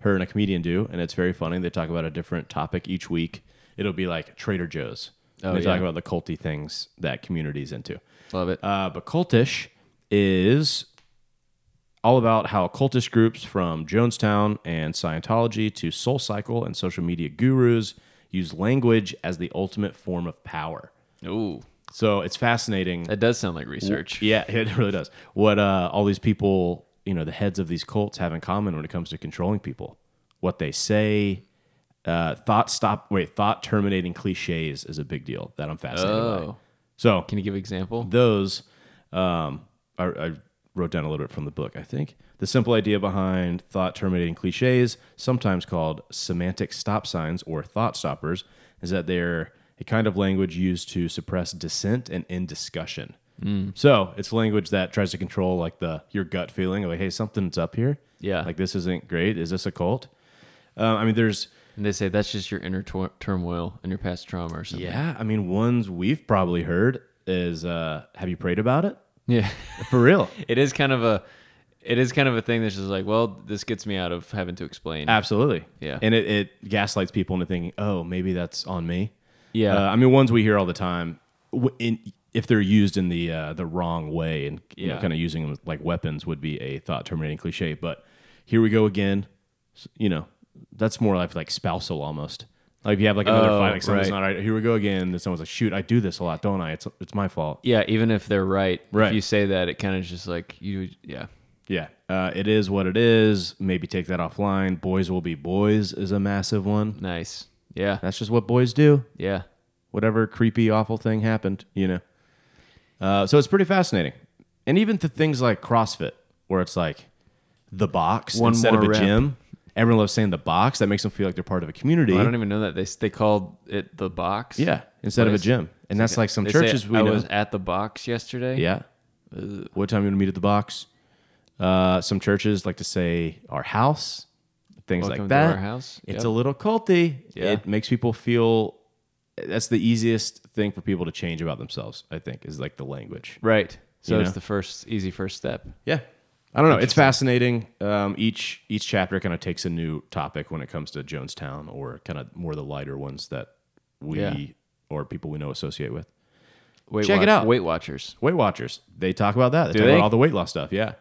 S2: Her and a comedian do, and it's very funny. They talk about a different topic each week. It'll be like Trader Joe's.
S4: Oh,
S2: they talk
S4: yeah.
S2: about the culty things that communities into.
S4: Love it.
S2: Uh, but Cultish is all about how cultish groups from Jonestown and Scientology to Soul Cycle and social media gurus use language as the ultimate form of power.
S4: Ooh,
S2: So it's fascinating.
S4: that does sound like research.
S2: Yeah, [LAUGHS] it really does. What uh, all these people, you know, the heads of these cults have in common when it comes to controlling people, what they say, uh, thought stop, wait, thought terminating cliches is a big deal that I'm fascinated by.
S4: Oh,
S2: So
S4: can you give an example?
S2: those um, I, I wrote down a little bit from the book i think the simple idea behind thought terminating cliches sometimes called semantic stop signs or thought stoppers is that they're a kind of language used to suppress dissent and end discussion so it's language that tries to control like the your gut feeling of like hey something's up here
S4: Yeah.
S2: like this isn't great is this a cult um, i mean there's
S4: and they say that's just your inner tor- turmoil and your past trauma or something.
S2: yeah i mean ones we've probably heard is uh, have you prayed about it
S4: Yeah. [LAUGHS]
S2: for real
S4: it is kind of a, it is kind of a thing that's just like, well, this gets me out of having to explain.
S2: Absolutely.
S4: Yeah.
S2: And it, it gaslights people into thinking, oh, maybe that's on me.
S4: Yeah.
S2: Uh, I mean, ones we hear all the time, w- in, if they're used in the uh, the wrong way and you know,
S4: Yeah.
S2: kind of using them like weapons would be a thought terminating cliche. But here we go again. S- You know, that's more like like spousal almost. Like if you have like another
S4: Oh,
S2: fight, like something's
S4: right.
S2: not right. Here we go again. Then someone's like, shoot, I do this a lot, don't I? It's it's my fault.
S4: yeah. Even if they're right,
S2: Right.
S4: If you say that, it kind of just like you. Yeah.
S2: Yeah, uh, it is what it is. Maybe take that offline. Boys will be boys is a massive one.
S4: Nice. Yeah.
S2: That's just what boys do.
S4: Yeah.
S2: whatever creepy, awful thing happened, you know. Uh, so it's pretty fascinating. And even to things like CrossFit, where it's like the box
S4: One
S2: instead
S4: more
S2: of a
S4: rep.
S2: gym. Everyone loves saying the box. That makes them feel like they're part of a community.
S4: I don't even know that they they called it the box.
S2: yeah, instead of a
S4: Place.
S2: gym. And that's like some
S4: They say,
S2: churches we
S4: I
S2: know.
S4: was at the box yesterday.
S2: yeah. What time you want to meet at the box? Uh, some churches like to say our house, things
S4: Welcome
S2: like
S4: to
S2: that.
S4: our house.
S2: It's
S4: Yep.
S2: a little culty.
S4: Yeah.
S2: It makes people feel. That's the easiest thing for people to change about themselves. I think is like the language.
S4: Right. So
S2: You
S4: it's
S2: know?
S4: the first easy first step.
S2: Yeah. I don't know. It's fascinating. Um, each each chapter kind of takes a new topic when it comes to Jonestown or kind of more the lighter ones that we
S4: Yeah.
S2: or people we know associate with.
S4: Weight
S2: Check it
S4: Watch-
S2: out.
S4: Weight Watchers.
S2: Weight Watchers. They talk about that. They
S4: Do
S2: talk
S4: they?
S2: about all the weight loss stuff. Yeah.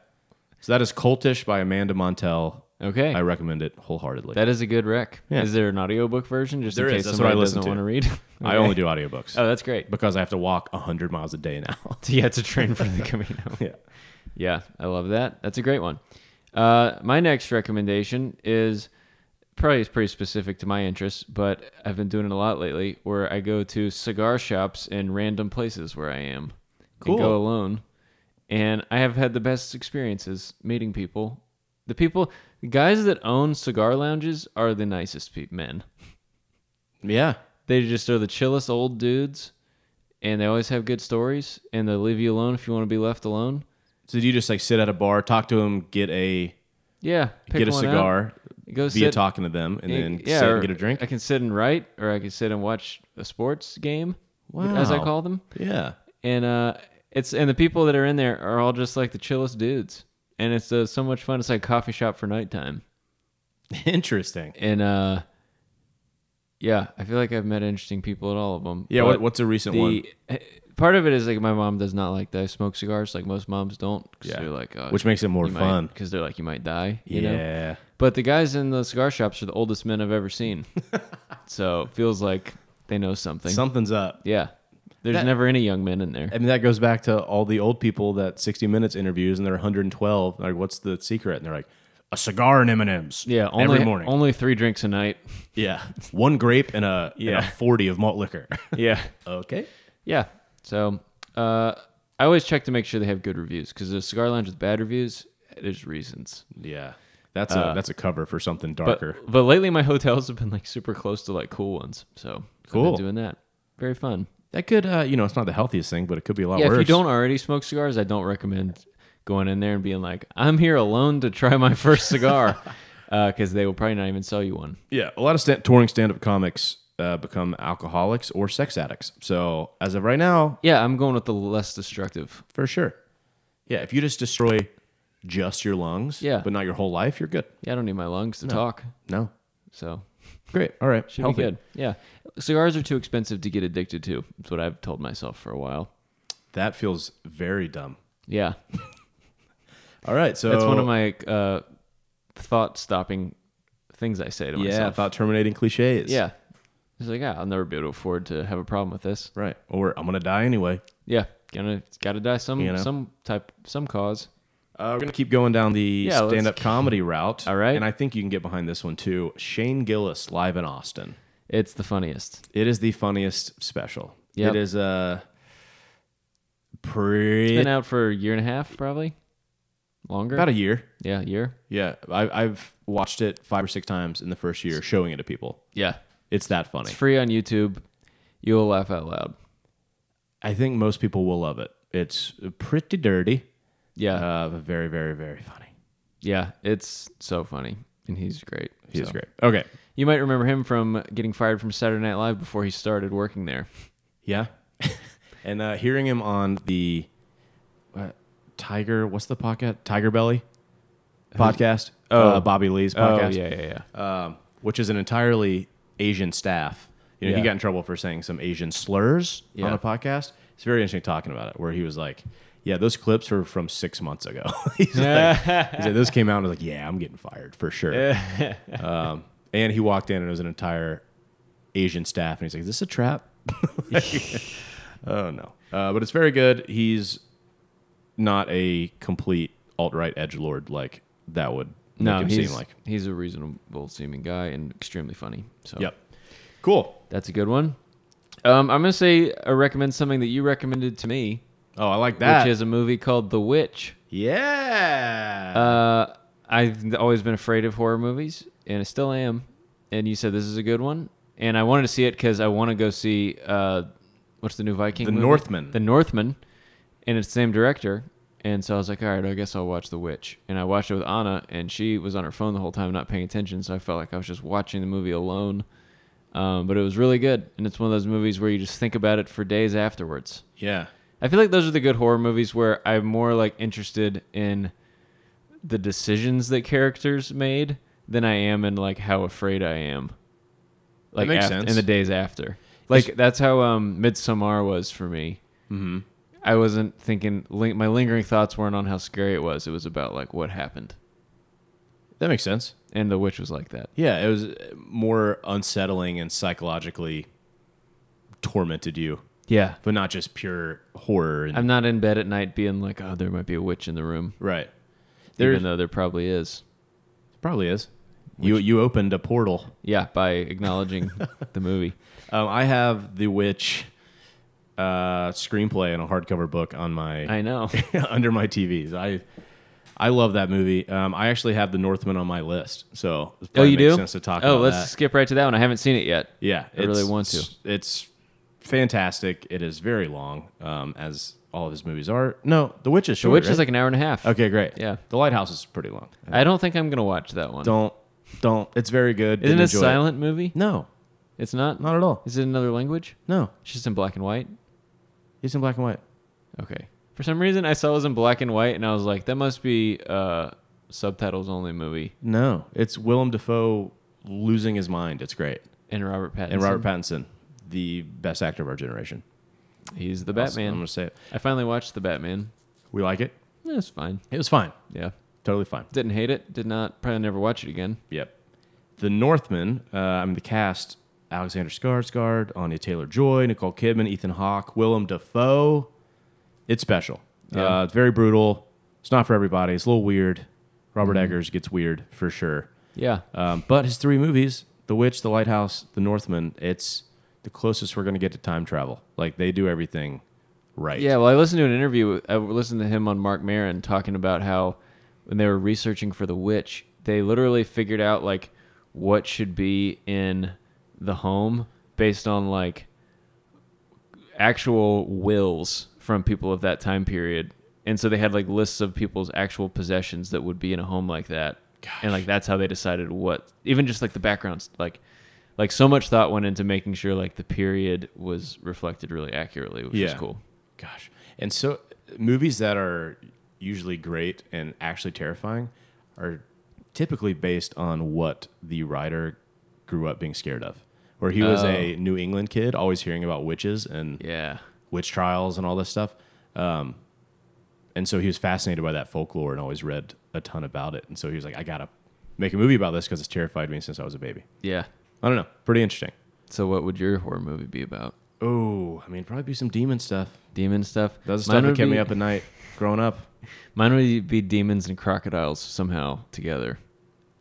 S2: So that is Cultish by Amanda Montell.
S4: Okay.
S2: I recommend it wholeheartedly.
S4: that is a good rec.
S2: Yeah.
S4: Is there an audiobook version just
S2: There
S4: in
S2: is.
S4: case
S2: That's what I
S4: somebody
S2: listen
S4: doesn't want
S2: to.
S4: to read?
S2: I [LAUGHS]
S4: Okay.
S2: only do audiobooks
S4: Oh, that's great.
S2: because I have to walk 100 miles a day now. [LAUGHS]
S4: Yeah, to train for the Camino.
S2: yeah.
S4: yeah, I love that. That's a great one. Uh, my next recommendation is probably is pretty specific to my interests, but I've been doing it a lot lately where I go to cigar shops in random places where I am
S2: Cool.
S4: and go alone. And I have had the best experiences meeting people. The people, the guys that own cigar lounges are the nicest pe- men.
S2: Yeah.
S4: They just are the chillest old dudes and they always have good stories and they'll leave you alone if you want to be left alone.
S2: So do you just like sit at a bar, talk to them, get a
S4: Yeah. pick
S2: get a
S4: one out.
S2: cigar
S4: Go
S2: via
S4: sit-
S2: talking to them and then
S4: yeah,
S2: sit
S4: or
S2: and get a drink?
S4: I can sit and write, or I can sit and watch a sports game, as I
S2: Wow.
S4: call them.
S2: Yeah. [LAUGHS]
S4: And uh, it's and the people that are in there are all just like the chillest dudes, and it's uh, so much fun. It's like a coffee shop for nighttime,
S2: Interesting.
S4: and uh, yeah, I feel like I've met interesting people at all of them.
S2: Yeah,
S4: but
S2: what, what's a recent one?
S4: the eh, part of it is like my mom does not like that I smoke cigars. Like most moms don't. Cause
S2: Yeah.
S4: They're like, oh,
S2: Which makes it more fun.
S4: Because they're like, you might die. You
S2: yeah.
S4: Know? But the guys in the cigar shops are the oldest men I've
S2: [LAUGHS]
S4: ever seen. so it feels like they know something.
S2: Something's up.
S4: yeah. There's
S2: That-
S4: never any young men in there.
S2: I mean, that goes back to all the old people that 60 Minutes interviews and they're 112. Like, what's the secret? And they're like, a cigar and M&M's.
S4: Yeah, only
S2: every morning.
S4: only three drinks a night.
S2: yeah. [LAUGHS] One grape and a,
S4: Yeah.
S2: and a 40 of malt liquor.
S4: [LAUGHS] Yeah,
S2: okay.
S4: yeah. So uh, I always check to make sure they have good reviews because the cigar lounge with bad reviews, there's reasons.
S2: Yeah. That's a that's a cover for something
S4: Uh, But
S2: darker.
S4: but lately my [LAUGHS] hotels have been like super close to like cool ones. So I've been
S2: Cool.
S4: doing that. Very fun.
S2: that could uh, you know, it's not the healthiest thing, but it could be a lot
S4: yeah,
S2: worse.
S4: if you don't already smoke cigars, I don't recommend going in there and being like, "I'm here alone to try my [LAUGHS] first cigar," because they will probably not even sell you one.
S2: Yeah, a lot of stand- touring stand-up comics uh, become alcoholics or sex addicts. So as of right now,
S4: Yeah, I'm going with the less destructive.
S2: for sure. Yeah, if you just destroy just your lungs,
S4: Yeah.
S2: but not your whole life, you're good.
S4: Yeah, I don't need my lungs to talk.
S2: No,
S4: So
S2: great, all right,
S4: Should be good. Yeah. Cigars are too expensive to get addicted to. That's what I've told myself for a while.
S2: That feels very dumb.
S4: Yeah.
S2: All right, so
S4: That's one of my uh, thought stopping things I say to
S2: yeah
S4: myself.
S2: thought terminating cliches.
S4: Yeah. It's like, yeah, I'll never be able to afford to have a problem with this.
S2: right. Or I'm gonna die anyway.
S4: Yeah. Gonna gotta die some
S2: You know?
S4: some type some cause.
S2: Uh, we're gonna keep going down the
S4: Yeah, let's-
S2: stand-up comedy route.
S4: All right.
S2: and I think you can get behind this one too. Shane Gillis live in Austin.
S4: It's the funniest.
S2: It is the funniest special.
S4: Yep.
S2: It is uh, a
S4: It's
S2: pretty
S4: been out for a year and a half probably. Longer.
S2: about a year.
S4: yeah, year.
S2: Yeah, I, I've watched it five or six times in the first year, showing it to people.
S4: Yeah.
S2: It's that funny.
S4: It's free on YouTube. You'll laugh out loud.
S2: I think most people will love it. It's pretty dirty,
S4: Yeah.
S2: uh, but very, very, very funny.
S4: yeah. It's so funny. And he's great.
S2: He is
S4: so.
S2: great. Okay.
S4: You might remember him from getting fired from Saturday Night Live before he started working there.
S2: Yeah. [LAUGHS] and uh, hearing him on the uh, Tiger, what's the podcast? Tiger Belly podcast.
S4: Oh.
S2: Uh, Bobby Lee's podcast.
S4: yeah, [LAUGHS] yeah.
S2: um, which is an entirely Asian staff. You know, he
S4: Yeah.
S2: got in trouble for saying some Asian slurs on
S4: Yeah.
S2: a podcast. It's very interesting talking about it, where he was like, "Yeah, those clips are from six months ago." [LAUGHS] he's, like, he said, "This came out." and I was like, "Yeah, I'm getting fired for sure." [LAUGHS] um, and he walked in, and it was an entire Asian staff, and he's like, "Is this a trap?" [LAUGHS]
S4: [LAUGHS]
S2: oh no! Uh, but it's very good. He's not a complete alt right edge lord like that would make
S4: No,
S2: him
S4: he's
S2: seem like.
S4: he's a reasonable seeming guy and extremely funny. So
S2: Yep. Cool.
S4: that's a good one. Um, I'm gonna say I recommend something that you recommended to me,
S2: Oh, I like that.
S4: which is uh, a movie called The Witch.
S2: yeah.
S4: Uh, I've always been afraid of horror movies, and I still am. And you said this is a good one, and I wanted to see it because I want to go see uh, what's the new Viking?
S2: The
S4: movie?
S2: Northman.
S4: The Northman, and it's the same director. And so I was like, all right, I guess I'll watch The Witch. And I watched it with Anna, and she was on her phone the whole time, not paying attention. So I felt like I was just watching the movie alone. Um, but it was really good, and it's one of those movies where you just think about it for days afterwards.
S2: yeah.
S4: I feel like those are the good horror movies where I'm more like interested in the decisions that characters made than I am in like how afraid I am. Like
S2: makes
S4: af-
S2: sense.
S4: in the days after. Like that's how um Midsommar was for me. Mm-hmm. I wasn't thinking ling- my lingering thoughts weren't on how scary it was. It was about like what happened.
S2: That makes sense.
S4: And the witch was like that.
S2: Yeah, it was uh, more unsettling and psychologically tormented you,
S4: Yeah.
S2: but not just pure horror. And,
S4: I'm not in bed at night being like, "Oh, there might be a witch in the room."
S2: right.
S4: Even
S2: There
S4: though there probably is.
S2: probably is. You you opened a portal.
S4: Yeah, by acknowledging the movie.
S2: Um, I have the witch uh, screenplay and a hardcover book on my
S4: I know.
S2: [LAUGHS] under my TVs. I I love that movie. Um, I actually have The Northman on my list, so it
S4: Oh,
S2: probably
S4: you
S2: makes
S4: do?
S2: sense to talk
S4: oh,
S2: about
S4: let's
S2: that.
S4: skip right to that one. I haven't seen it yet.
S2: Yeah,
S4: I really
S2: it's-
S4: want to.
S2: It's fantastic. It is very long, um, as all of his movies are. No, The Witch is
S4: The
S2: short.
S4: Witch is
S2: right?
S4: like an hour and a half.
S2: okay, great.
S4: Yeah.
S2: The Lighthouse is pretty long.
S4: I don't think I'm gonna watch that one.
S2: Don't, don't. It's very good.
S4: Isn't
S2: Didn't
S4: it a
S2: enjoy
S4: silent movie?
S2: No,
S4: It's not.
S2: not at all.
S4: Is it another language?
S2: No,
S4: It's just in black and white.
S2: it's in black and white.
S4: Okay. For some reason, I saw it was in black and white, and I was like, that must be uh, subtitles only movie.
S2: No, it's Willem Dafoe losing his mind. It's great.
S4: And Robert Pattinson.
S2: And Robert Pattinson, the best actor of our generation.
S4: He's the
S2: I'll s-
S4: Batman.
S2: I'm gonna say it.
S4: I finally watched the Batman.
S2: We like it.
S4: It was fine.
S2: It was fine.
S4: Yeah.
S2: Totally fine.
S4: Didn't hate it. Did not. Probably never watch it again.
S2: Yep. The Northmen, uh, I mean, the cast Alexander Skarsgård, Anya Taylor Joy, Nicole Kidman, Ethan Hawke, Willem Dafoe. It's special.
S4: Yeah.
S2: Uh, it's very brutal. It's not for everybody. It's a little weird.
S4: Mm-hmm.
S2: Robert Eggers gets weird for sure.
S4: Yeah.
S2: Um, but his three movies, The Witch, The Lighthouse, The Northman, it's the closest we're going to get to time travel. Like, they do everything right.
S4: Yeah, well, I listened to an interview. uh, I listened to him on Mark Maron talking about how when they were researching for The Witch, they literally figured out like what should be in the home based on like actual wills from people of that time period. And so they had like lists of people's actual possessions that would be in a home like that. And like that's how they decided what even just like the backgrounds like like so much thought went into making sure like the period was reflected really accurately, which is cool.
S2: Gosh. And so movies that are usually great and actually terrifying are typically based on what the writer grew up being scared of. Where he was a New England kid, always hearing about witches and
S4: Oh. Yeah.
S2: witch trials and all this stuff. Um, and so he was fascinated by that folklore and always read a ton about it. And so he was like, I got to make a movie about this because it's terrified me since I was a baby.
S4: Yeah.
S2: I don't know. Pretty interesting.
S4: So what would your horror movie be about?
S2: Oh, I mean, probably be some demon stuff.
S4: Demon stuff.
S2: That's the stuff
S4: Mine
S2: that
S4: would
S2: kept me
S4: be-
S2: up at night growing up.
S4: Mine would be demons and crocodiles somehow together.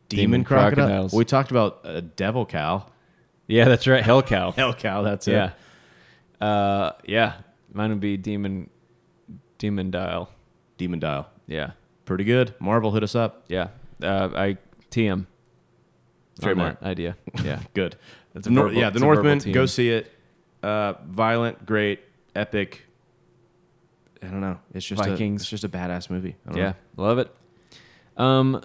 S2: demon,
S4: [LAUGHS] Demon
S2: crocodile.
S4: crocodiles.
S2: We talked about a devil cow. [LAUGHS]
S4: Yeah, [LAUGHS] that's right. Hell cow.
S2: Hell cow, that's
S4: yeah. Uh, yeah. Mine would be demon, demon dial.
S2: Demon dial.
S4: Yeah.
S2: Pretty good. Marvel hit us up.
S4: Yeah. Uh, I TM. on
S2: Trademark.
S4: that [LAUGHS] idea. Yeah.
S2: Good.
S4: It's a
S2: Nor-
S4: verbal-
S2: yeah, the
S4: it's a verbal
S2: Northman.
S4: team.
S2: Go see it. Uh, violent, great, epic. I don't know. It's just A,
S4: Vikings.
S2: it's just a badass movie. I don't
S4: Yeah,
S2: know.
S4: love it. Um,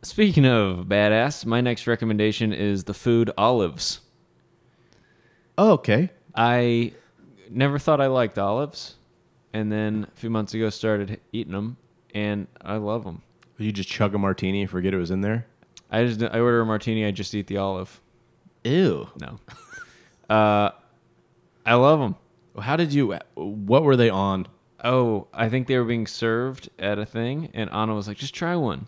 S4: speaking of badass, my next recommendation is the food olives.
S2: Oh, okay.
S4: I never thought I liked olives, and then a few months ago started eating them, and I love them.
S2: You just chug a martini and forget it was in there.
S4: I just I order a martini. I just eat the olive.
S2: Ew. [LAUGHS]
S4: No, uh, I love them.
S2: How did you? What were they on?
S4: Oh, I think they were being served at a thing, and Anna was like, "Just try one,"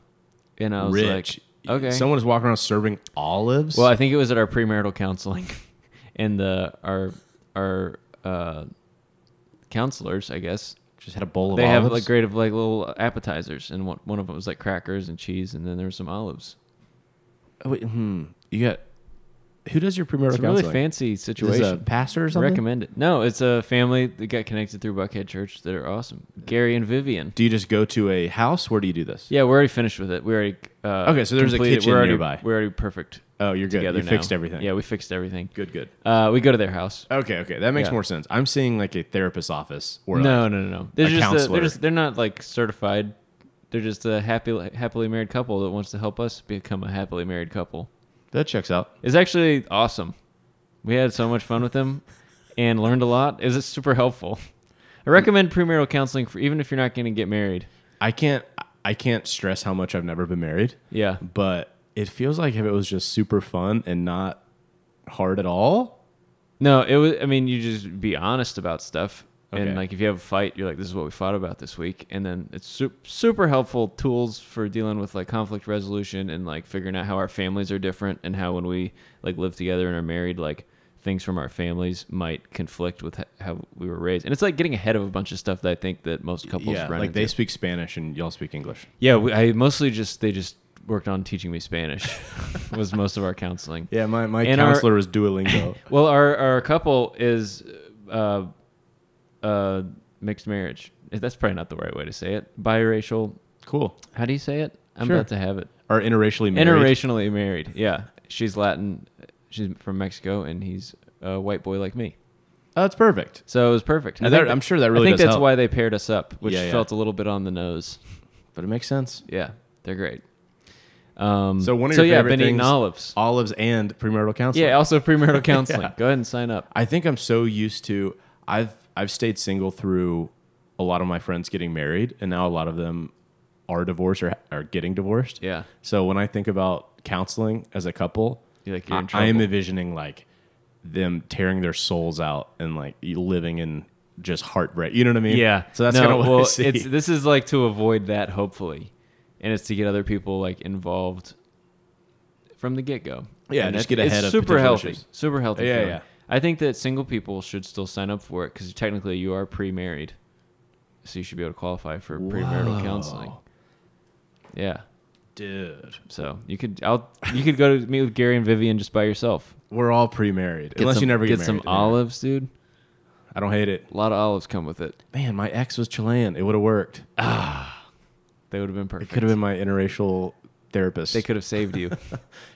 S4: and I was
S2: Rich.
S4: like, "Okay."
S2: Someone is walking around serving olives.
S4: Well, I think it was at our premarital counseling, [LAUGHS] and the our our uh, counselors, I guess.
S2: just had a bowl of
S4: They
S2: olives.
S4: have like great of like little appetizers, and one one of them was like crackers and cheese, and then there were some olives.
S2: Oh, wait, hmm. You got. Who does your premarital
S4: It's a
S2: counseling?
S4: really fancy
S2: Is this a
S4: situation.
S2: pastor or something?
S4: Recommend it. No, it's a family that got connected through Buckhead Church that are awesome. Gary and Vivian.
S2: Do you just go to a house? Where do you do this?
S4: Yeah, we're already finished with it. We already uh,
S2: Okay, so there's a
S4: completed-
S2: kitchen
S4: we're already,
S2: nearby.
S4: We're already perfect.
S2: Oh, you're good.
S4: together
S2: You fixed
S4: now.
S2: everything. Oh,
S4: Yeah, we fixed everything.
S2: Good, good.
S4: Uh, we go to their house.
S2: Okay, okay. That makes
S4: Yeah.
S2: more sense. I'm seeing like a therapist's office or
S4: no,
S2: like,
S4: no, no, no. They're just a-
S2: counselor.
S4: they're just they're not like certified. They're just a happy happily married couple that wants to help us become a happily married couple.
S2: that checks out.
S4: It's actually awesome. We had so much fun with them and learned a lot. Is it super helpful? I recommend premarital counseling for even if you're not going to get married.
S2: I can't I can't stress how much I've never been married,
S4: Yeah.
S2: but it feels like if it was just super fun and not hard at all.
S4: No, it was. I mean, you just be honest about stuff,
S2: Okay.
S4: and like if you have a fight, you're like, "This is what we fought about this week," and then it's su- super helpful tools for dealing with like conflict resolution and like figuring out how our families are different and how when we like live together and are married, like things from our families might conflict with h- how we were raised. And it's like getting ahead of a bunch of stuff that I think that most couples
S2: yeah,
S4: run
S2: like they
S4: into.
S2: speak Spanish and y'all speak English.
S4: yeah, we, I mostly just they just worked on teaching me Spanish [LAUGHS] was most of our counseling.
S2: Yeah, my, my
S4: And our-
S2: counselor was Duolingo.
S4: Well, our our couple is uh, uh, mixed marriage. That's probably not the right way to say it. Biracial.
S2: [LAUGHS] cool.
S4: How do you say it? I'm
S2: Sure.
S4: about to have it.
S2: Or interracially married.
S4: Interracially married. Yeah, she's Latin. She's from Mexico, and he's a white boy like me.
S2: Oh, that's perfect.
S4: So it was perfect.
S2: And that- I'm sure that really
S4: I think
S2: does
S4: that's
S2: help.
S4: why they paired us up, which
S2: Yeah, yeah.
S4: felt a little bit on the nose.
S2: But it makes sense.
S4: Yeah, they're great. Um,
S2: So one of
S4: so
S2: your
S4: yeah,
S2: favorite
S4: been eating
S2: things-
S4: olives.
S2: Olives and premarital counseling.
S4: Yeah, also
S2: [LAUGHS]
S4: premarital counseling. Go ahead and sign up.
S2: I think I'm so used to I've I've stayed single through a lot of my friends getting married, and now a lot of them are divorced or are getting divorced.
S4: Yeah.
S2: So when I think about counseling as a couple,
S4: You're like, you're in
S2: I, I am
S4: trouble.
S2: envisioning like them tearing their souls out and like you living in just heartbreak. You know what I mean?
S4: [LAUGHS] Yeah.
S2: So that's
S4: No,
S2: kind of what
S4: well,
S2: I see.
S4: It's, this is like to avoid that, hopefully, and it's to get other people like involved from the get go.
S2: Yeah, just get ahead
S4: it's
S2: of
S4: super
S2: potential
S4: healthy.
S2: issues.
S4: Super healthy.
S2: Yeah,
S4: feeling.
S2: yeah.
S4: I think that single people should still sign up for it because technically you are pre-married, so you should be able to qualify for premarital counseling. Yeah.
S2: dude,
S4: So you could I'll you could go to meet with Gary and Vivian just by yourself.
S2: we're all pre-married unless
S4: some,
S2: you never get,
S4: get some
S2: married.
S4: olives, dude.
S2: I don't hate it.
S4: A lot of olives come with it.
S2: Man, my ex was Chilean. It would have worked.
S4: They would have been
S2: It
S4: perfect.
S2: could have been my interracial therapist.
S4: They could have
S2: [LAUGHS]
S4: saved you.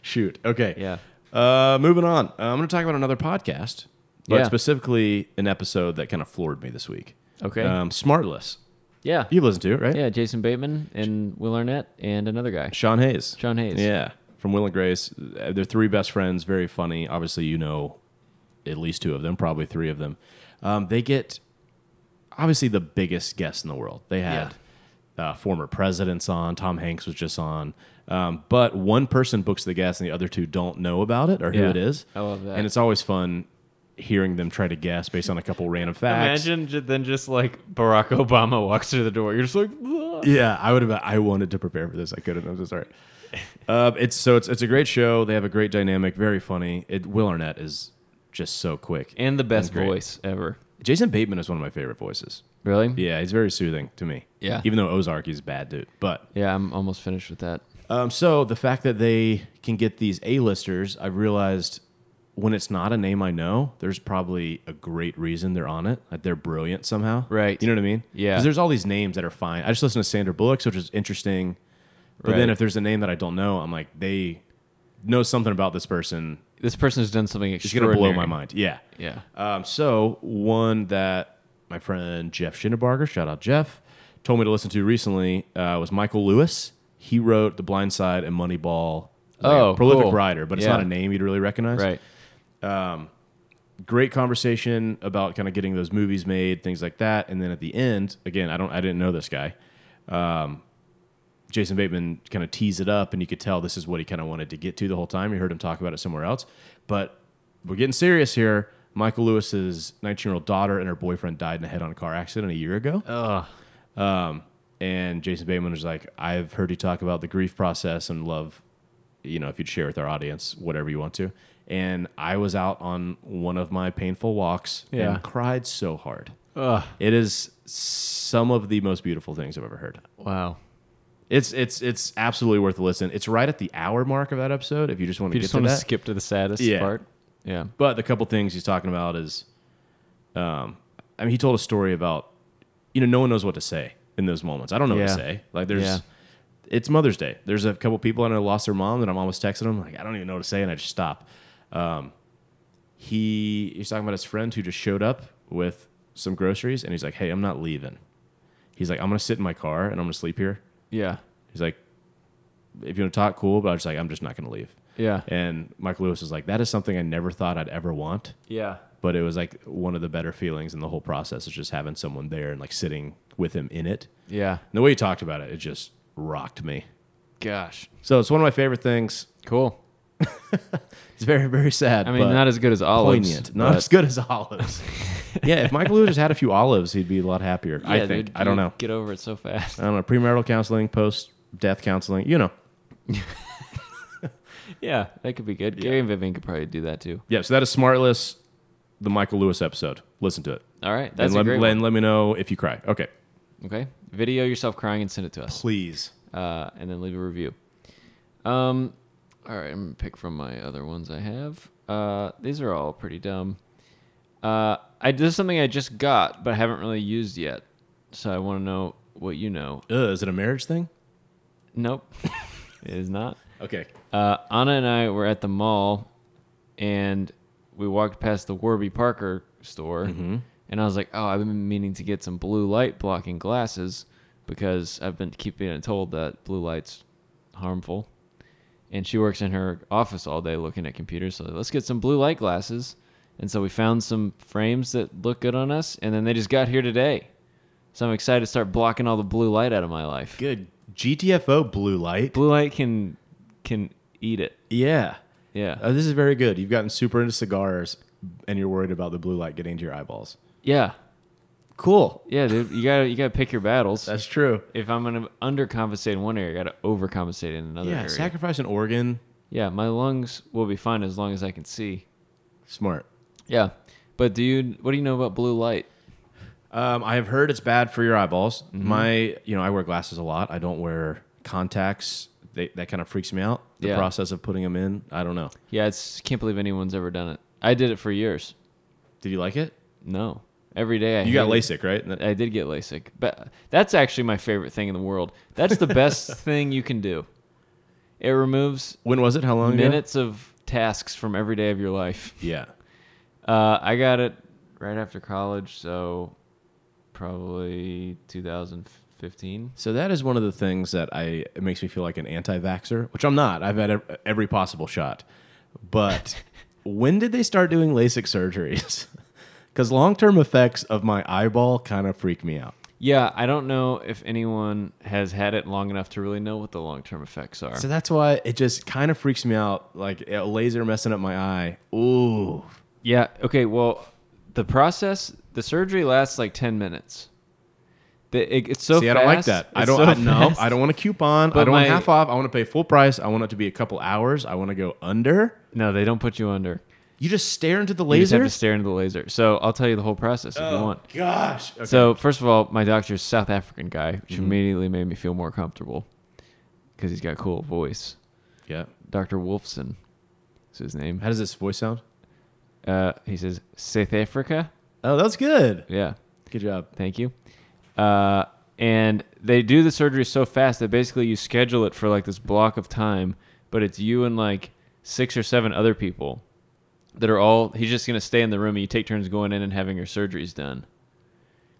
S2: Shoot. Okay.
S4: Yeah.
S2: Uh, moving on. Uh, I'm going to talk about another podcast, but
S4: Yeah.
S2: specifically an episode that kind of floored me this week.
S4: Okay.
S2: Um, Smartless.
S4: yeah.
S2: You've listened to it, right?
S4: Yeah, Jason Bateman and Will Arnett and another guy.
S2: Sean Hayes.
S4: Sean Hayes.
S2: Yeah. From Will and Grace. Uh, They're three best friends, very funny. Obviously, you know at least two of them, probably three of them. Um, they get obviously the biggest guests in the world. They had uh, former presidents on, Tom Hanks was just on. Um, but one person books the guest and the other two don't know about it or who
S4: Yeah.
S2: it is.
S4: I love that.
S2: And it's always fun hearing them try to guess based on a couple random facts.
S4: Imagine ju- then just like Barack Obama walks through the door. You're just like, "Ugh."
S2: Yeah, I would have. I wanted to prepare for this. I couldn't. I'm so sorry. Uh, it's so it's it's a great show. They have a great dynamic. Very funny. It Will Arnett is just so quick.
S4: and the best
S2: And great.
S4: voice ever.
S2: Jason Bateman is one of my favorite voices.
S4: Really?
S2: Yeah, he's very soothing to me.
S4: Yeah.
S2: Even though Ozark, he's a bad dude. But
S4: Yeah, I'm almost finished with that.
S2: um, so the fact that they can get these A-listers, I've realized when it's not a name I know, there's probably a great reason they're on it. Like they're brilliant somehow.
S4: Right.
S2: You know what I mean?
S4: Yeah.
S2: Because there's all these names that are fine. I just listened to Sandra Bullock, which is interesting. But then
S4: Right.
S2: if there's a name that I don't know, I'm like, they know something about this person.
S4: This person has done something Uh,
S2: It's going to blow
S4: extraordinary.
S2: my mind. Yeah.
S4: Yeah.
S2: Um, so one that my friend Jeff Schinderbarger, shout out Jeff, told me to listen to recently uh, was Michael Lewis. He wrote The Blind Side and Moneyball. He's like a
S4: Oh,
S2: prolific
S4: cool.
S2: writer, but it's
S4: Yeah.
S2: not a name you'd really recognize.
S4: Right.
S2: Great conversation about kind of getting those movies made, things like that, and then at the end, again, I don't, I didn't know this guy. Um, Jason Bateman kind of teased it up, and you could tell this is what he kind of wanted to get to the whole time. You heard him talk about it somewhere else, but we're getting serious here. Michael Lewis's 19-year-old daughter and her boyfriend died in a head-on car accident a year ago. Um,
S4: Ugh.
S2: and Jason Bateman was like, "I've heard you talk about the grief process and love. You know, if you'd share with our audience whatever you want to." And I was out on one of my painful walks
S4: Yeah.
S2: and cried so hard.
S4: Ugh.
S2: It is some of the most beautiful things I've ever heard.
S4: Wow.
S2: It's it's it's absolutely worth a listen. It's right at the hour mark of that episode if you just want to
S4: You
S2: get
S4: just
S2: to
S4: want to
S2: that.
S4: skip to the saddest
S2: Yeah.
S4: part. Yeah.
S2: But the couple things he's talking about is, um, I mean, he told a story about, you know, no one knows what to say in those moments. I don't know what
S4: Yeah.
S2: to say. Like, there's,
S4: Yeah.
S2: it's Mother's Day. There's a couple people I know lost their mom, and I'm almost texting them like, I don't even know what to say, and I just stop. Um, he he's talking about his friend who just showed up with some groceries, and he's like, Hey, I'm not leaving. He's like, I'm gonna sit in my car and I'm gonna sleep here.
S4: Yeah.
S2: He's like, If you want to talk, cool, but I was like, I'm just not gonna leave.
S4: Yeah.
S2: And Michael Lewis was like, That is something I never thought I'd ever want
S4: Yeah.
S2: but it was like one of the better feelings in the whole process is just having someone there and like sitting with him in it.
S4: Yeah.
S2: And the way he talked about it, it just rocked me.
S4: Gosh.
S2: So it's one of my favorite things.
S4: Cool.
S2: It's very, very sad.
S4: I mean,
S2: but
S4: not as good as olives.
S2: poignant, not
S4: but-
S2: as good as
S4: [LAUGHS]
S2: olives. yeah, if Michael Lewis just had a few olives, he'd be a lot happier. I
S4: Yeah,
S2: think.
S4: dude,
S2: I don't
S4: you
S2: know.
S4: Get over it so fast.
S2: I don't know. Premarital counseling, post death counseling. You know.
S4: Yeah, that could be good. Gary and Vivian could probably do that too.
S2: Yeah. So that is Smartless, the Michael Lewis episode. Listen to it.
S4: All right, that's
S2: and let,
S4: a great
S2: let-
S4: one.
S2: let me know if you cry. Okay.
S4: Okay, video yourself crying and send it to us,
S2: Please.
S4: uh, and then leave a review. Um, all right, I'm gonna pick from my other ones I have. Uh, these are all pretty dumb. Uh, I this is something I just got, but I haven't really used yet, so I want to know what you know.
S2: Uh, is it a marriage thing?
S4: Nope, [LAUGHS] it is not.
S2: Okay.
S4: uh, Anna and I were at the mall, and we walked past the Warby Parker store, and I was like, "Oh, I've been meaning to get some blue light blocking glasses because I've been keeping it told that blue light's harmful." And she works in her office all day looking at computers, so let's get some blue light glasses. And so we found some frames that look good on us, and then they just got here today. So I'm excited to start blocking all the blue light out of my life.
S2: Good. GTFO blue light.
S4: Blue light can can eat it.
S2: Yeah.
S4: Yeah.
S2: Uh, this is very good. You've gotten super into cigars and you're worried about the blue light getting into your eyeballs.
S4: Yeah.
S2: Cool.
S4: Yeah, dude, you gotta you gotta pick your battles.
S2: That's true.
S4: if I'm gonna undercompensate in one area, I gotta overcompensate in another
S2: yeah,
S4: area.
S2: sacrifice an organ.
S4: yeah, my lungs will be fine as long as I can see.
S2: Smart.
S4: Yeah, but do you what do you know about blue light?
S2: Um, I have heard it's bad for your eyeballs.
S4: Mm-hmm.
S2: My, you know, I wear glasses a lot. I don't wear contacts. They, that kind of freaks me out. The
S4: Yeah.
S2: process of putting them in. I don't know.
S4: Yeah, it's can't believe anyone's ever done it. I did it for years.
S2: Did you like it?
S4: No, every day I
S2: You got
S4: hated-
S2: LASIK, right? And that-
S4: I did get LASIK, but that's actually my favorite thing in the world. That's the
S2: [LAUGHS]
S4: best thing you can do. It removes
S2: When was it? How long ago?
S4: minutes of tasks from every day of your life.
S2: Yeah.
S4: Uh, I got it right after college, so probably 2015.
S2: So that is one of the things that I it makes me feel like an anti-vaxxer, which I'm not. I've had ev- every possible shot. [LAUGHS] But when did they start doing LASIK surgeries? [LAUGHS] Because long-term effects of my eyeball kind of freak me out.
S4: Yeah, I don't know if anyone has had it long enough to really know what the long term effects are.
S2: So that's why it just kind of freaks me out. Like a laser messing up my eye. Ooh.
S4: Yeah. Okay. Well, the process, the surgery lasts like 10 minutes. The, it, it's so
S2: See, I don't like
S4: fast,
S2: that. I
S4: it's
S2: don't.
S4: so
S2: I, no,
S4: fast.
S2: I don't want a coupon. I
S4: But
S2: don't want
S4: my-
S2: half off. I want to pay full price. I want it to be a couple hours. I want to go under.
S4: No, they don't put you under.
S2: You just stare into the
S4: You just have
S2: laser.
S4: to stare into the laser. So I'll tell you the whole process if
S2: Oh.
S4: you want.
S2: Gosh. Okay.
S4: So first of all, my doctor's South African guy, which immediately made me feel more comfortable because he's got a cool voice.
S2: yeah.
S4: Dr. Wolfson is his name.
S2: How does this voice sound?
S4: Uh, he says South Africa.
S2: Oh, that's good.
S4: Yeah,
S2: Good job.
S4: thank you. Uh, and they do the surgery so fast that basically you schedule it for like this block of time, but it's you and like six or seven other people that are all. He's just gonna stay in the room, and you take turns going in and having your surgeries done.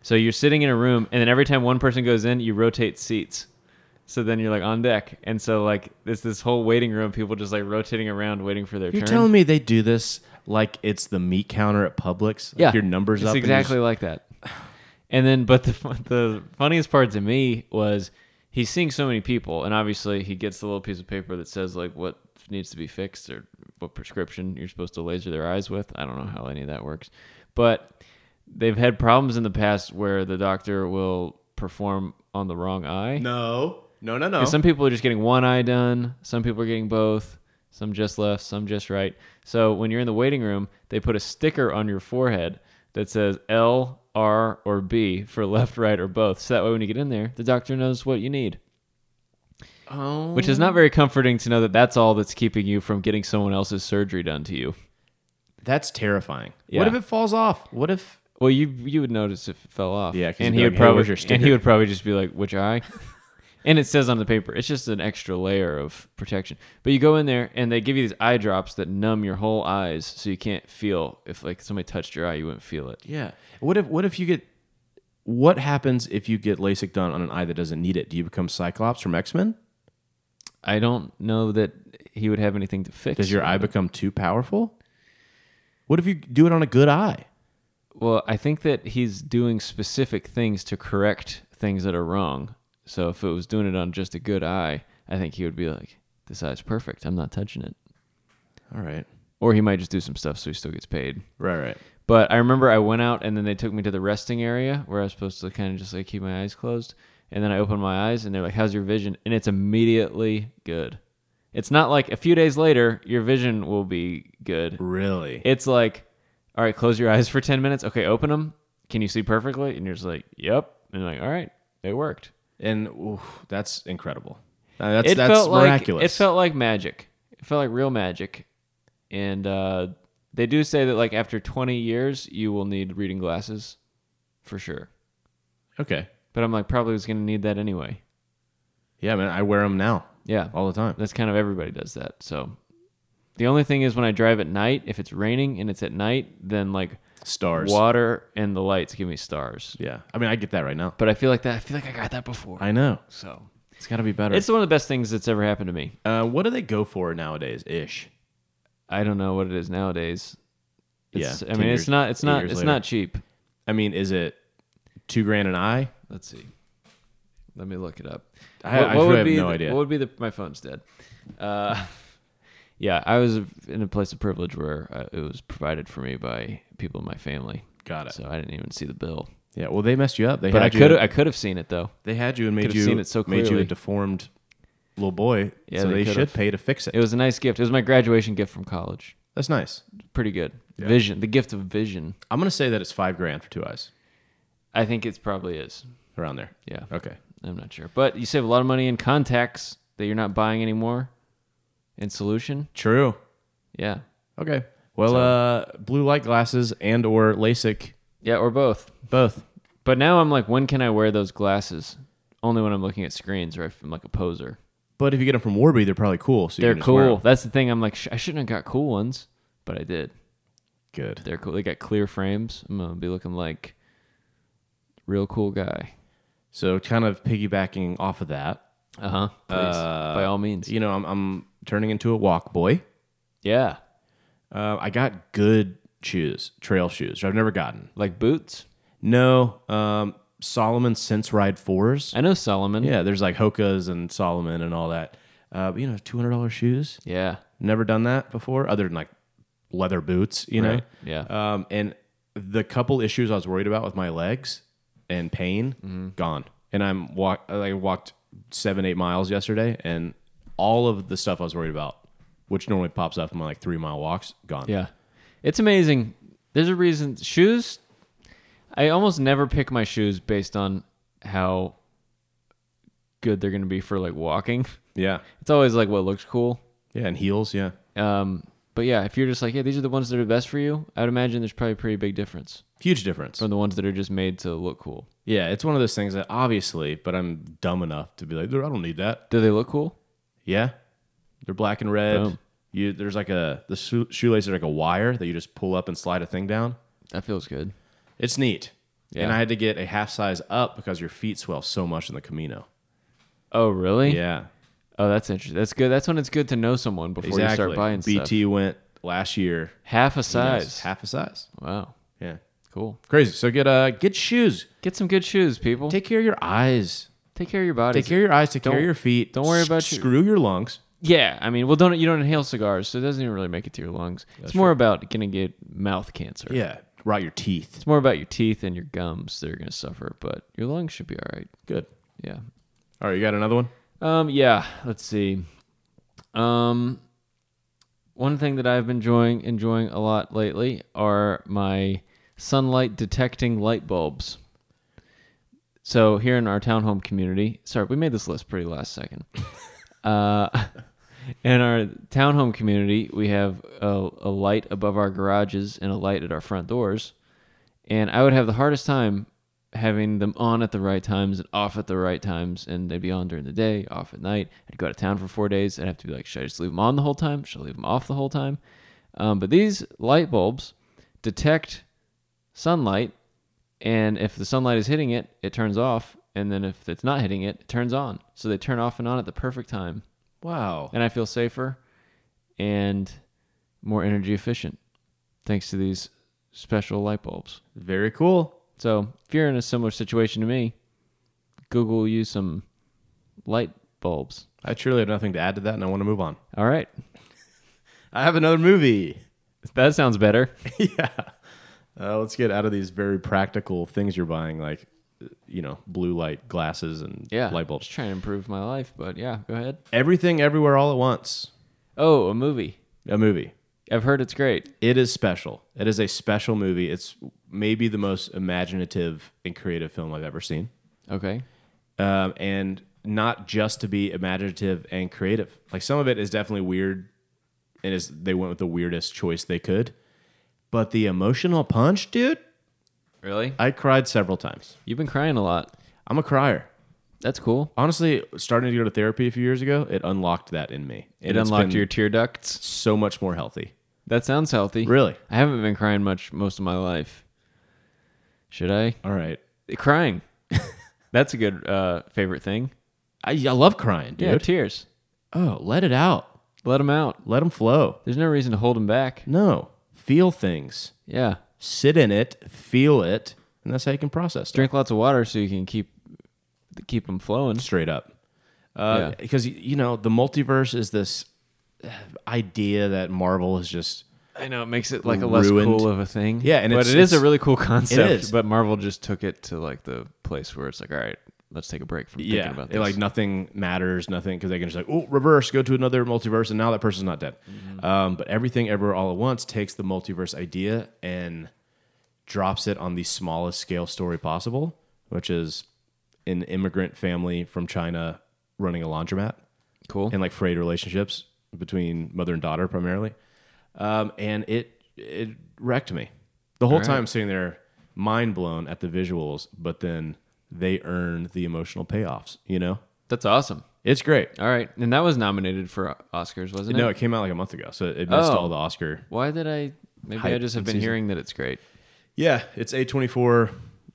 S4: So you're sitting in a room, and then every time one person goes in, you rotate seats. So then you're like on deck, and so like it's this whole waiting room, people just like rotating around, waiting for their
S2: You're
S4: turn.
S2: telling me they do this like it's the meat counter at Publix. Like Your numbers
S4: it's
S2: up. and you
S4: exactly like that. And then, but the fu- the funniest part to me was he's seeing so many people, and obviously he gets the little piece of paper that says like what needs to be fixed or what prescription you're supposed to laser their eyes with. I don't know how any of that works, but they've had problems in the past where the doctor will perform on the wrong eye.
S2: just- no. No. No. No.
S4: 'Cause Some people are just getting one eye done. Some people are getting both. Some just left. Some just right. So when you're in the waiting room, they put a sticker on your forehead that says L, R, or B for left, right, or both. So that way, when you get in there, the doctor knows what you need.
S2: Oh.
S4: Which is not very comforting to know that that's all that's keeping you from getting someone else's surgery done to you.
S2: That's terrifying.
S4: Yeah.
S2: What if it falls off? What if
S4: Well, you you would notice if it fell off.
S2: Yeah, 'cause you'd
S4: and
S2: be
S4: he
S2: like,
S4: would
S2: "Hey,
S4: probably
S2: where's your
S4: and
S2: sticker?"
S4: he would probably just be like,
S2: [LAUGHS]
S4: "Which eye?" and it says on the paper, it's just an extra layer of protection. But you go in there and they give you these eye drops that numb your whole eyes, so you can't feel if like somebody touched your eye, you wouldn't feel it.
S2: Yeah. What if what if you get what happens if you get LASIK done on an eye that doesn't need it? Do you become Cyclops from X Men?
S4: I don't know that he would have anything to fix.
S2: Does your eye become too powerful? What if you do it on a good eye?
S4: Well, I think that he's doing specific things to correct things that are wrong. So if it was doing it on just a good eye, I think he would be like, "This eye's perfect. I'm not touching it."
S2: All right.
S4: Or he might just do some stuff so he still gets paid.
S2: Right, right.
S4: But I remember I went out and then they took me to the resting area where I was supposed to kind of just like keep my eyes closed. And then I opened my eyes and they're like, How's your vision? And it's immediately good. It's not like a few days later, your vision will be good.
S2: Really?
S4: It's like, All right, close your eyes for 10 minutes. Okay, open them. Can you see perfectly? And you're just like, Yep. And you're like, All right, it worked.
S2: and oof, that's incredible. Uh, that's
S4: it
S2: that's
S4: felt
S2: miraculous.
S4: like it felt like magic. It felt like real magic. And uh, they do say that like after 20 years, you will need reading glasses, for sure.
S2: okay.
S4: But I'm like probably was gonna need that anyway.
S2: Yeah, man. I wear them now
S4: Yeah,
S2: all the time.
S4: that's kind of everybody does that. So the only thing is when I drive at night, if it's raining and it's at night, then like
S2: Stars.
S4: water and the lights give me stars.
S2: Yeah. I mean, I get that right now.
S4: But I feel like that. I feel like I got that before.
S2: I know.
S4: so
S2: It's got to be better.
S4: it's one of the best things that's ever happened to me.
S2: uh, what do they go for nowadays? Ish.
S4: I don't know what it is nowadays. It's,
S2: Yeah,
S4: I
S2: 10
S4: mean
S2: years-
S4: it's not it's
S2: 10
S4: not
S2: years
S4: it's
S2: later.
S4: not cheap.
S2: I mean, is it two grand an eye?
S4: Let's see. Let me look it up.
S2: I- I really have
S4: be
S2: no
S4: the-
S2: idea.
S4: What would be the my phone's dead. Uh, [LAUGHS] yeah, I was in a place of privilege where uh, it was provided for me by people in my family,
S2: Got it.
S4: so I didn't even see the bill.
S2: Yeah, well, they messed you up. They
S4: But
S2: had
S4: I
S2: you-
S4: could I could have seen it though.
S2: They had you and made
S4: Could've
S2: you
S4: seen it so
S2: made you a
S4: clearly.
S2: deformed little boy.
S4: Yeah,
S2: so
S4: they
S2: they,
S4: could've.
S2: should pay to fix it.
S4: It was a nice gift. It was my graduation gift from college.
S2: That's nice.
S4: Pretty good. Vision, the gift of vision.
S2: I'm gonna say that it's five grand for two eyes
S4: I think it probably is.
S2: around there.
S4: Yeah.
S2: Okay.
S4: I'm not sure. But you save a lot of money in contacts that you're not buying anymore. And solution?
S2: True.
S4: Yeah.
S2: Okay. Well, uh, blue light glasses and or LASIK,
S4: Yeah, or both.
S2: both.
S4: But now I'm like, when can I wear those glasses? Only when I'm looking at screens or if I'm like a poser.
S2: But if you get them from Warby, they're probably cool. So you
S4: They're
S2: can just wear
S4: cool.
S2: 'em.
S4: That's the thing. I'm like, sh- I shouldn't have got cool ones, but I did.
S2: Good.
S4: They're cool. They got clear frames. I'm gonna be looking like real cool guy.
S2: So kind of piggybacking off of that,
S4: Uh-huh. Please.
S2: Uh,
S4: By all means.
S2: you know, I'm, I'm turning into a walk boy.
S4: yeah.
S2: Uh, I got good shoes, trail shoes. I've never gotten.
S4: Like boots.
S2: No, um, Solomon Sense Ride fours.
S4: I know Solomon.
S2: Yeah, there's like Hoka's and Solomon and all that. Uh, but, you know, two hundred dollars shoes.
S4: Yeah.
S2: Never done that before, other than like leather boots. You know.
S4: Right, yeah.
S2: Um, and the couple issues I was worried about with my legs and pain
S4: Mm-hmm.
S2: gone. And I'm walk. I walked seven eight miles yesterday, and all of the stuff I was worried about, which normally pops up in my like three mile walks, gone.
S4: Yeah. It's amazing. There's a reason shoes I almost never pick my shoes based on how good they're going to be for like walking. [LAUGHS]
S2: Yeah.
S4: It's always like what looks cool.
S2: Yeah. And heels. Yeah.
S4: Um but yeah, if you're just like, yeah, these are the ones that are best for you, I'd imagine there's probably a pretty big difference
S2: Huge difference.
S4: from the ones that are just made to look cool.
S2: yeah, it's one of those things that obviously, but I'm dumb enough to be like, I don't need that.
S4: Do they look cool?
S2: Yeah, they're black and red.
S4: Boom.
S2: You there's like a the shoe, shoelaces are like a wire that you just pull up and slide a thing down.
S4: That feels good.
S2: It's neat.
S4: Yeah.
S2: And I had to get a half size up because your feet swell so much in the Camino.
S4: Oh, really?
S2: Yeah,
S4: Oh, that's interesting. That's good. That's when it's good to know someone before you
S2: exactly.
S4: start buying stuff.
S2: BT went last year.
S4: Half a size.
S2: Yes, half a size.
S4: wow.
S2: Yeah,
S4: Cool.
S2: crazy. So get uh get shoes.
S4: Get some good shoes, people. Take,
S2: Take care of your eyes.
S4: care of your body.
S2: Take care of your eyes. Take care
S4: Don't-
S2: of your feet.
S4: don't worry
S2: S-
S4: about your-
S2: screw your lungs.
S4: Yeah, I mean, well, don't you don't inhale cigars, so it doesn't even really make it to your lungs. it's more about gonna get mouth cancer.
S2: Yeah, rot your teeth.
S4: it's more about your teeth and your gums that are gonna suffer, but your lungs should be all right.
S2: Good.
S4: Yeah.
S2: All right, you got another one.
S4: Um. Yeah. Let's see. Um. One thing that I've been enjoying enjoying a lot lately are my sunlight detecting light bulbs. So here in our townhome community, sorry, we made this list pretty last second. uh, in our townhome community, we have a, a light above our garages and a light at our front doors. And I would have the hardest time having them on at the right times and off at the right times. And they'd be on during the day, off at night. I'd go out of town for four days. I'd have to be like, should I just leave them on the whole time? Should I leave them off the whole time? Um, but these light bulbs detect sunlight. And if the sunlight is hitting it, it turns off. And then if it's not hitting it, it turns on. So they turn off and on at the perfect time
S2: Wow.
S4: and I feel safer and more energy efficient thanks to these special light bulbs.
S2: Very cool.
S4: So, if you're in a similar situation to me, Google you some light bulbs.
S2: I truly have nothing to add to that, and I want to move on. [LAUGHS]
S4: All right.
S2: I have another movie.
S4: That sounds better.
S2: Uh, let's get out of these very practical things you're buying, like uh, you know, blue light glasses and
S4: Yeah.
S2: light
S4: Just
S2: bulbs.
S4: trying to improve my life, but yeah, go ahead.
S2: Everything, everywhere, all at once.
S4: Oh, a movie.
S2: A movie.
S4: I've heard it's great.
S2: It is special. It is a special movie. It's maybe the most imaginative and creative film I've ever seen,
S4: Okay.
S2: um, and not just to be imaginative and creative. Like some of it is definitely weird, and is they went with the weirdest choice they could. But the emotional punch, dude,
S4: Really?
S2: I cried several times.
S4: You've been crying a lot.
S2: I'm a crier.
S4: That's cool.
S2: honestly starting to go to therapy a few years ago it unlocked that in me
S4: It
S2: And it's
S4: unlocked
S2: been
S4: your tear ducts.
S2: so much more healthy
S4: That sounds healthy.
S2: Really?
S4: I haven't been crying much most of my life. Should I?
S2: all right
S4: crying. [LAUGHS] That's a good uh, favorite thing.
S2: i, I love crying dude
S4: Yeah, tears.
S2: oh let it out
S4: Let them out.
S2: let them flow
S4: There's no reason to hold them back.
S2: no feel things
S4: Yeah.
S2: sit in it feel it and that's how you can process it
S4: Drink lots of water so you can keep keep them flowing.
S2: straight up uh,
S4: Yeah.
S2: because y you know the multiverse is this uh, idea that marvel has just
S4: I know it makes it like a less
S2: Ruined.
S4: cool of a thing.
S2: Yeah, and
S4: but
S2: it's-
S4: it is a
S2: it's-
S4: really cool concept.
S2: is.
S4: But Marvel just took it to like the place where it's like, all right, let's take a break from thinking about
S2: it,
S4: this.
S2: like nothing matters, nothing because they can just like oh reverse, go to another multiverse, and now that person's not dead.
S4: Mm-hmm.
S2: Um, but everything ever all at once takes the multiverse idea and drops it on the smallest scale story possible, which is an immigrant family from China running a laundromat
S4: cool.
S2: [LAUGHS] and like frayed relationships between mother and daughter primarily. Um, and it it wrecked me. The whole
S4: right.
S2: time I'm sitting there mind blown at the visuals, but then they earn the emotional payoffs, you know?
S4: That's awesome.
S2: It's great.
S4: All right, and that was nominated for Oscars, wasn't it?
S2: No, it came out like a month ago, so it missed
S4: Oh.
S2: all the Oscar.
S4: Why did I? Maybe I
S2: Hype
S4: just have
S2: and
S4: been
S2: season.
S4: hearing that it's great.
S2: Yeah, it's A24,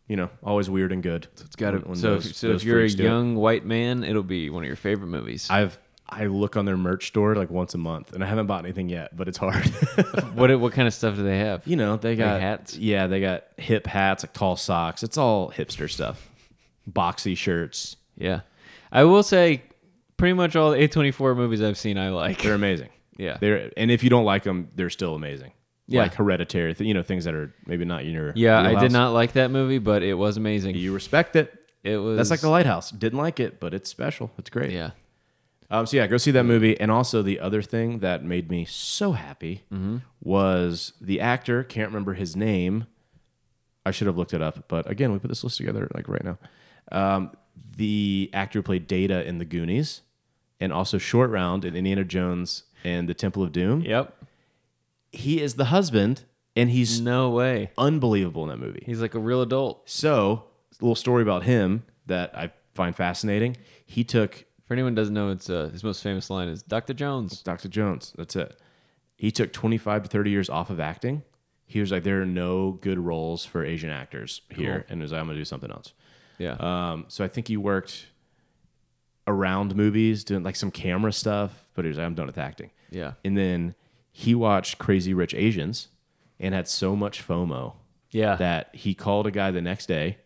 S2: you know, always weird and good. So
S4: It's got to. So, if, so if you're a young white man, it'll be one of your favorite movies.
S2: I've I look on their merch store like once a month and I haven't bought anything yet, but it's hard. [LAUGHS]
S4: what what kind of stuff do they have?
S2: you know they got
S4: hats?
S2: Yeah, they got hip hats, like tall socks. It's all hipster stuff. Boxy shirts.
S4: Yeah, I will say, pretty much all A twenty four movies I've seen, I like.
S2: They're amazing.
S4: Yeah.
S2: they're and if you don't like them, they're still amazing.
S4: Yeah.
S2: like hereditary. Th- you know things that are maybe not in your.
S4: Yeah, I
S2: wheelhouse.
S4: did not like that movie, but it was amazing.
S2: You respect it.
S4: it was
S2: That's like the lighthouse. Didn't like it, but it's special. It's great.
S4: yeah.
S2: Um, so yeah, go see that movie. And also the other thing that made me so happy was the actor. Can't remember his name. I should have looked it up, but again, we put this list together like right now. Um, the actor who played Data in The Goonies, and also Short Round in Indiana Jones and The Temple of Doom.
S4: Yep.
S2: He is the husband, and he's
S4: No way.
S2: unbelievable in that movie.
S4: He's like a real adult.
S2: So, a little story about him that I find fascinating. He took
S4: For anyone who doesn't know, it's uh, his most famous line is Dr. Jones.
S2: Dr. Jones. That's it. He took 25 to 30 years off of acting. He was like, there are no good roles for Asian actors here. And was like, I'm going to do something else.
S4: Yeah.
S2: Um, so I think he worked around movies, doing like some camera stuff, but he was like, I'm done with acting.
S4: Yeah.
S2: And then he watched Crazy Rich Asians and had so much FOMO
S4: yeah.
S2: that he called a guy the next day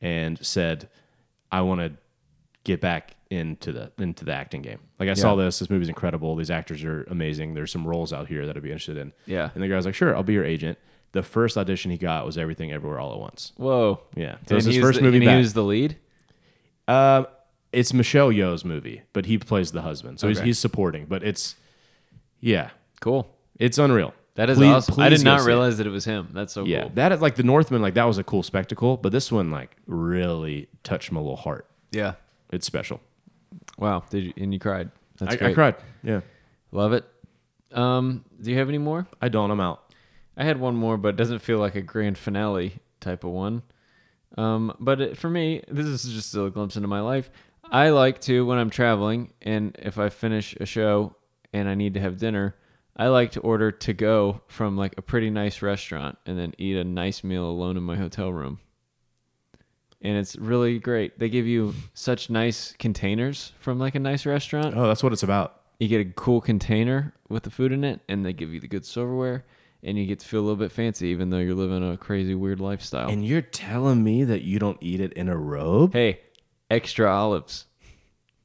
S2: and said, "I want to get back into the into the acting game. Like I saw this. This movie's incredible. These actors are amazing. There's some roles out here that I'd be interested in."
S4: Yeah.
S2: And the guy's like, "Sure, I'll be your agent." The first audition he got was Everything Everywhere All at Once.
S4: Whoa.
S2: Yeah. So
S4: So
S2: it's
S4: and
S2: his
S4: he was
S2: first
S4: the,
S2: movie
S4: and
S2: back.
S4: he was the lead.
S2: Um, it's Michelle Yeoh's movie, but he plays the husband, so he's
S4: Okay.
S2: he's supporting. But it's yeah,
S4: Cool.
S2: it's unreal.
S4: That is
S2: Please-
S4: awesome. I
S2: please
S4: did
S2: go
S4: not
S2: see it.
S4: realize that it was him. That's so
S2: Yeah,
S4: cool.
S2: that is like the Northman. Like that was a cool spectacle, but this one like really touched my little heart.
S4: Yeah.
S2: It's special.
S4: Wow. Did you, and you cried. That's
S2: I,
S4: great.
S2: I cried. Yeah,
S4: Love it. Um, do you have any more?
S2: I don't. I'm out.
S4: I had one more, but it doesn't feel like a grand finale type of one. Um, but it, for me, this is just a glimpse into my life. I like to, when I'm traveling, and if I finish a show and I need to have dinner, I like to order to go from like a pretty nice restaurant and then eat a nice meal alone in my hotel room. And it's really great. They give you such nice containers from like a nice restaurant
S2: Oh, that's what it's about.
S4: you get a cool container with the food in it and they give you the good silverware and you get to feel a little bit fancy even though you're living a crazy weird lifestyle
S2: And you're telling me that you don't eat it in a robe?
S4: hey extra olives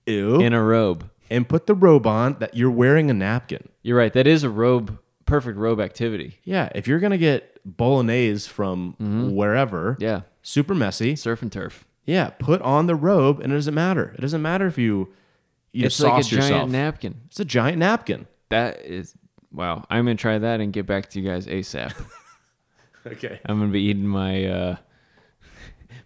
S2: Ew.
S4: in a robe
S2: and put the robe on that you're wearing a napkin.
S4: you're right that is a robe perfect robe activity
S2: Yeah, if you're gonna get bolognese from wherever,
S4: yeah
S2: super messy.
S4: surf and turf
S2: Yeah, put on the robe, and it doesn't matter. It doesn't matter if you you
S4: it's like a
S2: sauce
S4: giant
S2: yourself.
S4: napkin
S2: it's a giant napkin.
S4: that is wow i'm gonna try that and get back to you
S2: [LAUGHS]
S4: guys asap
S2: [LAUGHS] Okay,
S4: i'm gonna be eating my uh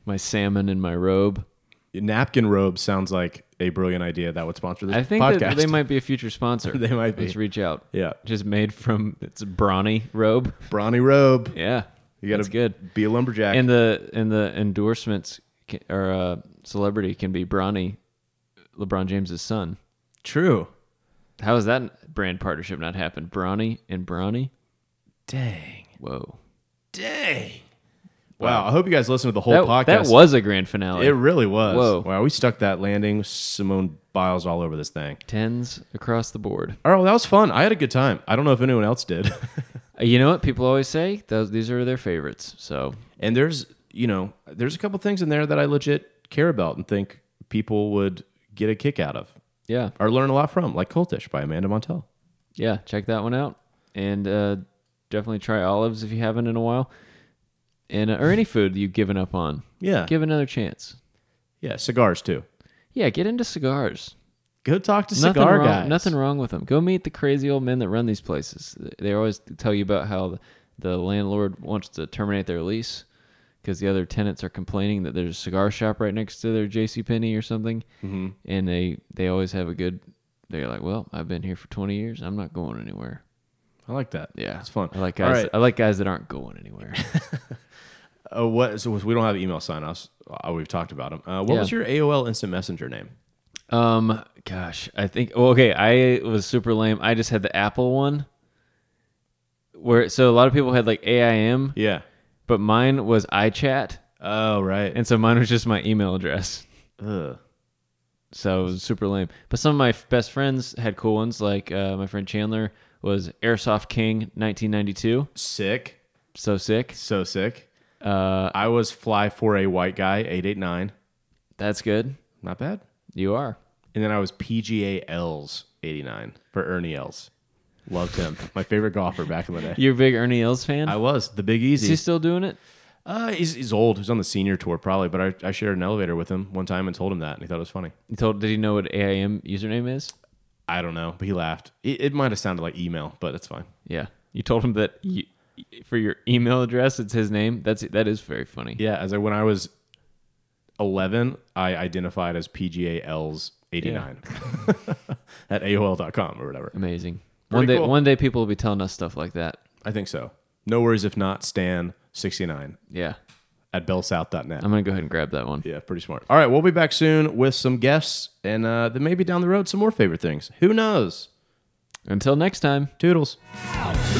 S4: my salmon in my robe
S2: napkin robe sounds like a brilliant idea that would sponsor this
S4: i think
S2: podcast.
S4: that they might be a future sponsor
S2: They might be.
S4: let's reach out
S2: [LAUGHS] yeah,
S4: just made from it's a brawny robe.
S2: brawny robe.
S4: Yeah,
S2: You gotta
S4: that's good.
S2: Be a lumberjack.
S4: And the and the endorsements ca- or uh, celebrity can be brawny, LeBron James's son.
S2: True.
S4: How has that brand partnership not happened? Brawny and Brawny.
S2: Dang.
S4: Whoa,
S2: Dang. Wow. I hope you guys listened to the whole
S4: that,
S2: podcast.
S4: that was a grand finale.
S2: It really was.
S4: Whoa.
S2: Wow. We stuck that landing. Simone Biles all over this thing.
S4: Tens across the board.
S2: All right. Well, that was fun. I had a good time. I don't know if anyone else did. [LAUGHS]
S4: Uh, You know what people always say? Those these are their favorites. So
S2: and there's, you know, there's a couple things in there that I legit care about and think people would get a kick out of
S4: yeah,
S2: or learn a lot from, like Cultish by Amanda Montell.
S4: yeah. Check that one out. And uh, definitely try olives if you haven't in a while, and uh, or any food you've given up on.
S2: Yeah.
S4: Give another chance.
S2: Yeah. Cigars too.
S4: Yeah, get into cigars.
S2: Go talk to
S4: nothing
S2: cigar
S4: wrong,
S2: guys.
S4: Nothing wrong with them. Go meet the crazy old men that run these places. They always tell you about how the, the landlord wants to terminate their lease because the other tenants are complaining that there's a cigar shop right next to their J.C. Penney or something, mm-hmm. and they they always have a good. They're like, well, I've been here for 20 years. I'm not going anywhere.
S2: I like that.
S4: Yeah,
S2: It's fun.
S4: I like
S2: All
S4: guys.
S2: right.
S4: I like guys that aren't going anywhere.
S2: Uh, what? So we don't have email sign offs. Uh, we've talked about them. Uh, what
S4: Yeah.
S2: was your AOL Instant Messenger name?
S4: um, gosh, I think. Well, okay, I was super lame. I just had the Apple one, where so a lot of people had like AIM,
S2: Yeah.
S4: but mine was iChat,
S2: Oh right.
S4: and so mine was just my email address.
S2: Ugh.
S4: So it was super lame. But some of my f- best friends had cool ones, like uh, my friend Chandler was Airsoft King 1992.
S2: Sick.
S4: So sick.
S2: So sick.
S4: Uh,
S2: I was fly for a white guy. Eight eight nine.
S4: that's good.
S2: Not bad.
S4: You are.
S2: And then I was PGA L's eighty nine for Ernie Els. Loved him. My favorite golfer back in the day.
S4: You're a big Ernie Els fan.
S2: I was the Big
S4: Is he
S2: Easy.
S4: still doing it?
S2: Uh, he's, he's old. He's on the senior tour probably, but I, I shared an elevator with him one time and told him that, and he thought it was funny.
S4: You told? Did he know what AIM username is?
S2: I don't know, but he laughed. It, it might have sounded like email, but it's fine.
S4: Yeah. You told him that you, for your email address, it's his name. That's that is very funny.
S2: Yeah, as I, when I was eleven, I identified as PGA L's eighty nine [LAUGHS] at AOL.com or whatever.
S4: Amazing.
S2: Pretty
S4: one day,
S2: cool.
S4: one day, people will be telling us stuff like that.
S2: I think so. No worries if not. Stan sixty nine
S4: Yeah.
S2: at bellsouth.net.
S4: I'm gonna go ahead and grab that one.
S2: yeah, pretty smart. All right, we'll be back soon with some guests, and uh, then maybe down the road some more favorite things. Who knows?
S4: Until next time.
S2: Toodles.
S1: out.